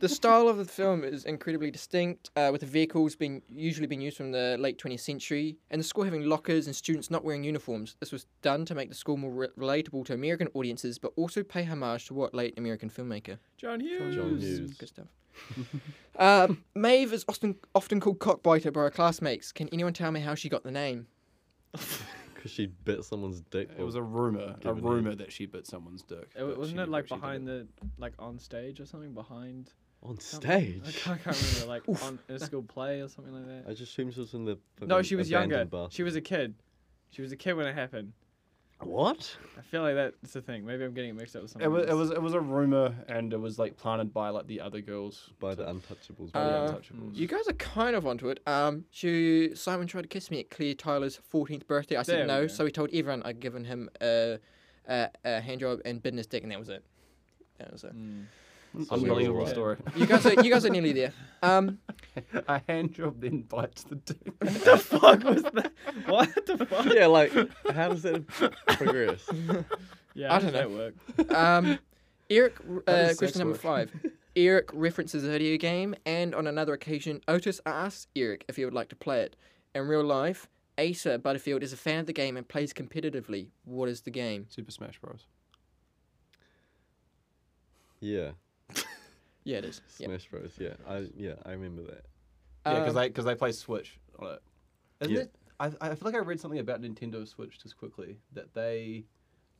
the style of the film is incredibly distinct, uh, with the vehicles being usually being used from the late 20th century, and the school having lockers and students not wearing uniforms. This was done to make the school more re- relatable to American audiences, but also pay homage to what late American filmmaker.
John Hughes.
John
Good
Hughes.
stuff. uh, Maeve is often often called Cockbiter by her classmates. Can anyone tell me how she got the name?
Because she bit someone's dick.
It was a rumor, a
Given the-
rumor that she bit someone's dick.
It,
but she
wasn't it
never
like
actually did
behind
it.
the like on stage or something behind?
Oh,
on
something? I
stage.
can't, I can't remember like on in a school play or something like that.
I just assumed she was in the.
No,
fucking
she was
abandoned
younger.
Bathroom.
She was a kid. She was a kid when it happened.
What?
I feel like that's the thing. Maybe I'm getting it mixed up with something.
It was, it
else.
was it was a rumor, and it was like planted by like the other girls,
By
to-
the Untouchables.
by the
Uh,
Untouchables.
You guys are kind of onto it. Um, she Simon tried to kiss me at Claire Tyler's 14th birthday. I
There
said
we
no,
go.
so he told everyone I'd given him a, a, a hand job and bitten his dick, and that was it. That was it.
Mm.
we were
Unbelievable
right.
story.
You guys are you guys are nearly there. Um,
a hand job then bites the dick.
the fuck was that? What the fuck?
yeah, like how does that progress?
Yeah,
I
how does
don't know.
that work?
um, Eric, uh,
does sex
question number
work?
five. Eric references a video game, and on another occasion, Otis asks Eric if he would like to play it. In real life, Asa Butterfield is a fan of the game and plays competitively. What is the game?
Super Smash Bros.
Yeah,
Yeah, it is. Yeah,
Smash Bros. Yeah, I yeah I remember that.
Yeah, because
Um,
they because they play Switch on it. Uh, Isn't
Yeah.
it? I, I feel like I read something about Nintendo Switch just quickly that they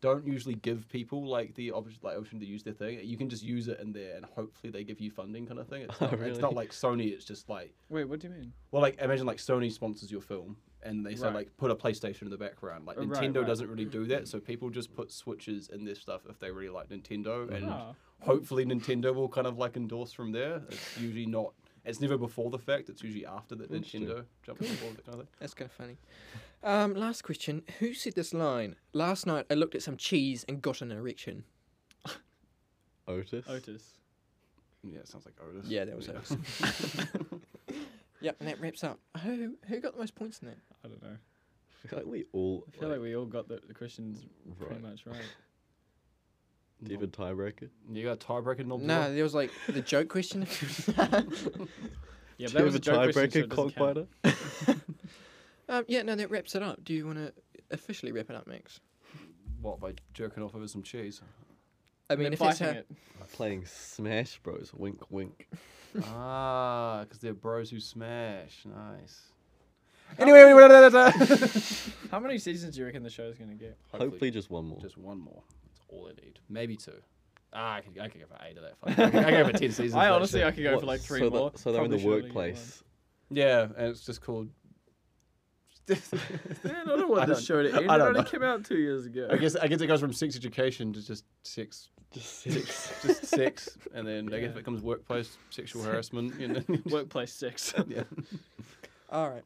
don't usually give people like the option like option to use their thing. You can just use it in there and hopefully they give you funding kind of thing. It's
Oh,
not, it's
really?
not like Sony. It's just like
Wait, what do you mean?
well, like imagine like Sony sponsors your film and they say
Right.
like put a PlayStation in the background. Like
Uh, right,
Nintendo
right.
doesn't really do that, so people just put Switches in their stuff if they really like Nintendo and
Oh.
hopefully Nintendo will kind of like endorse from there. It's usually not. It's never before the fact. It's usually after that
Interesting.
Nintendo jumps on board. That kind of thing.
That's kind of funny. Um, last question. Who said this line? Last night I looked at some cheese and got an erection.
Otis.
Otis.
Yeah, it sounds like Otis.
Yeah, that was
Yeah.
us. yep, and that wraps up. Who who got the most points in that?
I don't know.
I feel like we all.
I feel like we all got the, the questions
right.
pretty much right.
Do you have a tiebreaker?
You got a tiebreaker, Nob.
No, there was like the joke question.
Yeah,
Do
but that
you have
was a joke question, so
tiebreaker,
it doesn't
Cockbiter?
count.
um, yeah, no, that wraps it up. Do you want to officially wrap it up, Max?
What by jerking off over some cheese?
I
They're
mean, if that's
biting
how,
it.
Playing Smash Bros. Wink, wink.
ah, because they're bros who smash. Nice. Anyway, anyway, da,
uh,
da, da, da.
How many seasons do you reckon the show's gonna get?
Hopefully, just one more.
just one more. That's all I need. Maybe two. Ah, I could, I could go for eight of that. fuck. I could- I could go for ten seasons. of
I
that
honestly,
shit.
I could go
What,
for like three
so that-
more.
so they're in
Probably
the
should only get
workplace.
yeah, and it's just called.
one. Man, I don't want
I
this
don't-
show to
I
end. It
don't
only
know.
came out two years ago.
I guess I guess it goes from sex education to just sex,
Just
six, just sex, and then I guess
Yeah.
it becomes workplace sexual harassment. You know.
Workplace six.
yeah.
All right.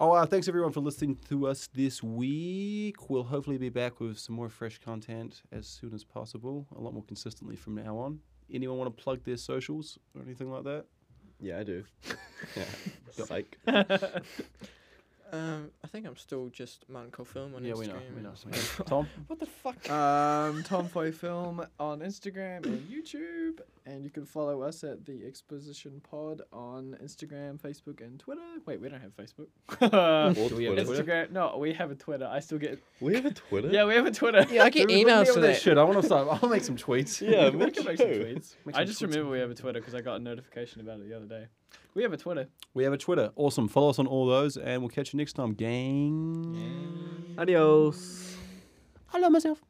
Oh, uh, thanks everyone for listening to us this week. We'll hopefully be back with some more fresh content as soon as possible, a lot more consistently from now on. Anyone want to plug their socials or anything like that?
Yeah, I do. Yeah. Psych.
Um, I think I'm still just Martin Cole Film on
yeah,
Instagram.
we know. We
and-
know. Tom?
What the fuck?
um, Tomfoy Film on Instagram and YouTube, and you can follow us at the Exposition Pod on Instagram, Facebook, and Twitter. Wait, we don't have Facebook.
Or
Do we have
Twitter.
Twitter?
Instagram? No, we have a Twitter. I still get.
We have a Twitter.
Yeah, we have a Twitter.
Yeah, I get
Dude, hook me up
emails
with
for
that
that.
shit. I want to start. I'll make some tweets.
Yeah,
we can make some
too.
tweets.
Make
I
some
just
tweets.
remember we have a Twitter because I got a notification about it the other day. We have a Twitter.
We have a Twitter. Awesome. Follow us on all those, and we'll catch you next time, gang.
Adios.
I love myself.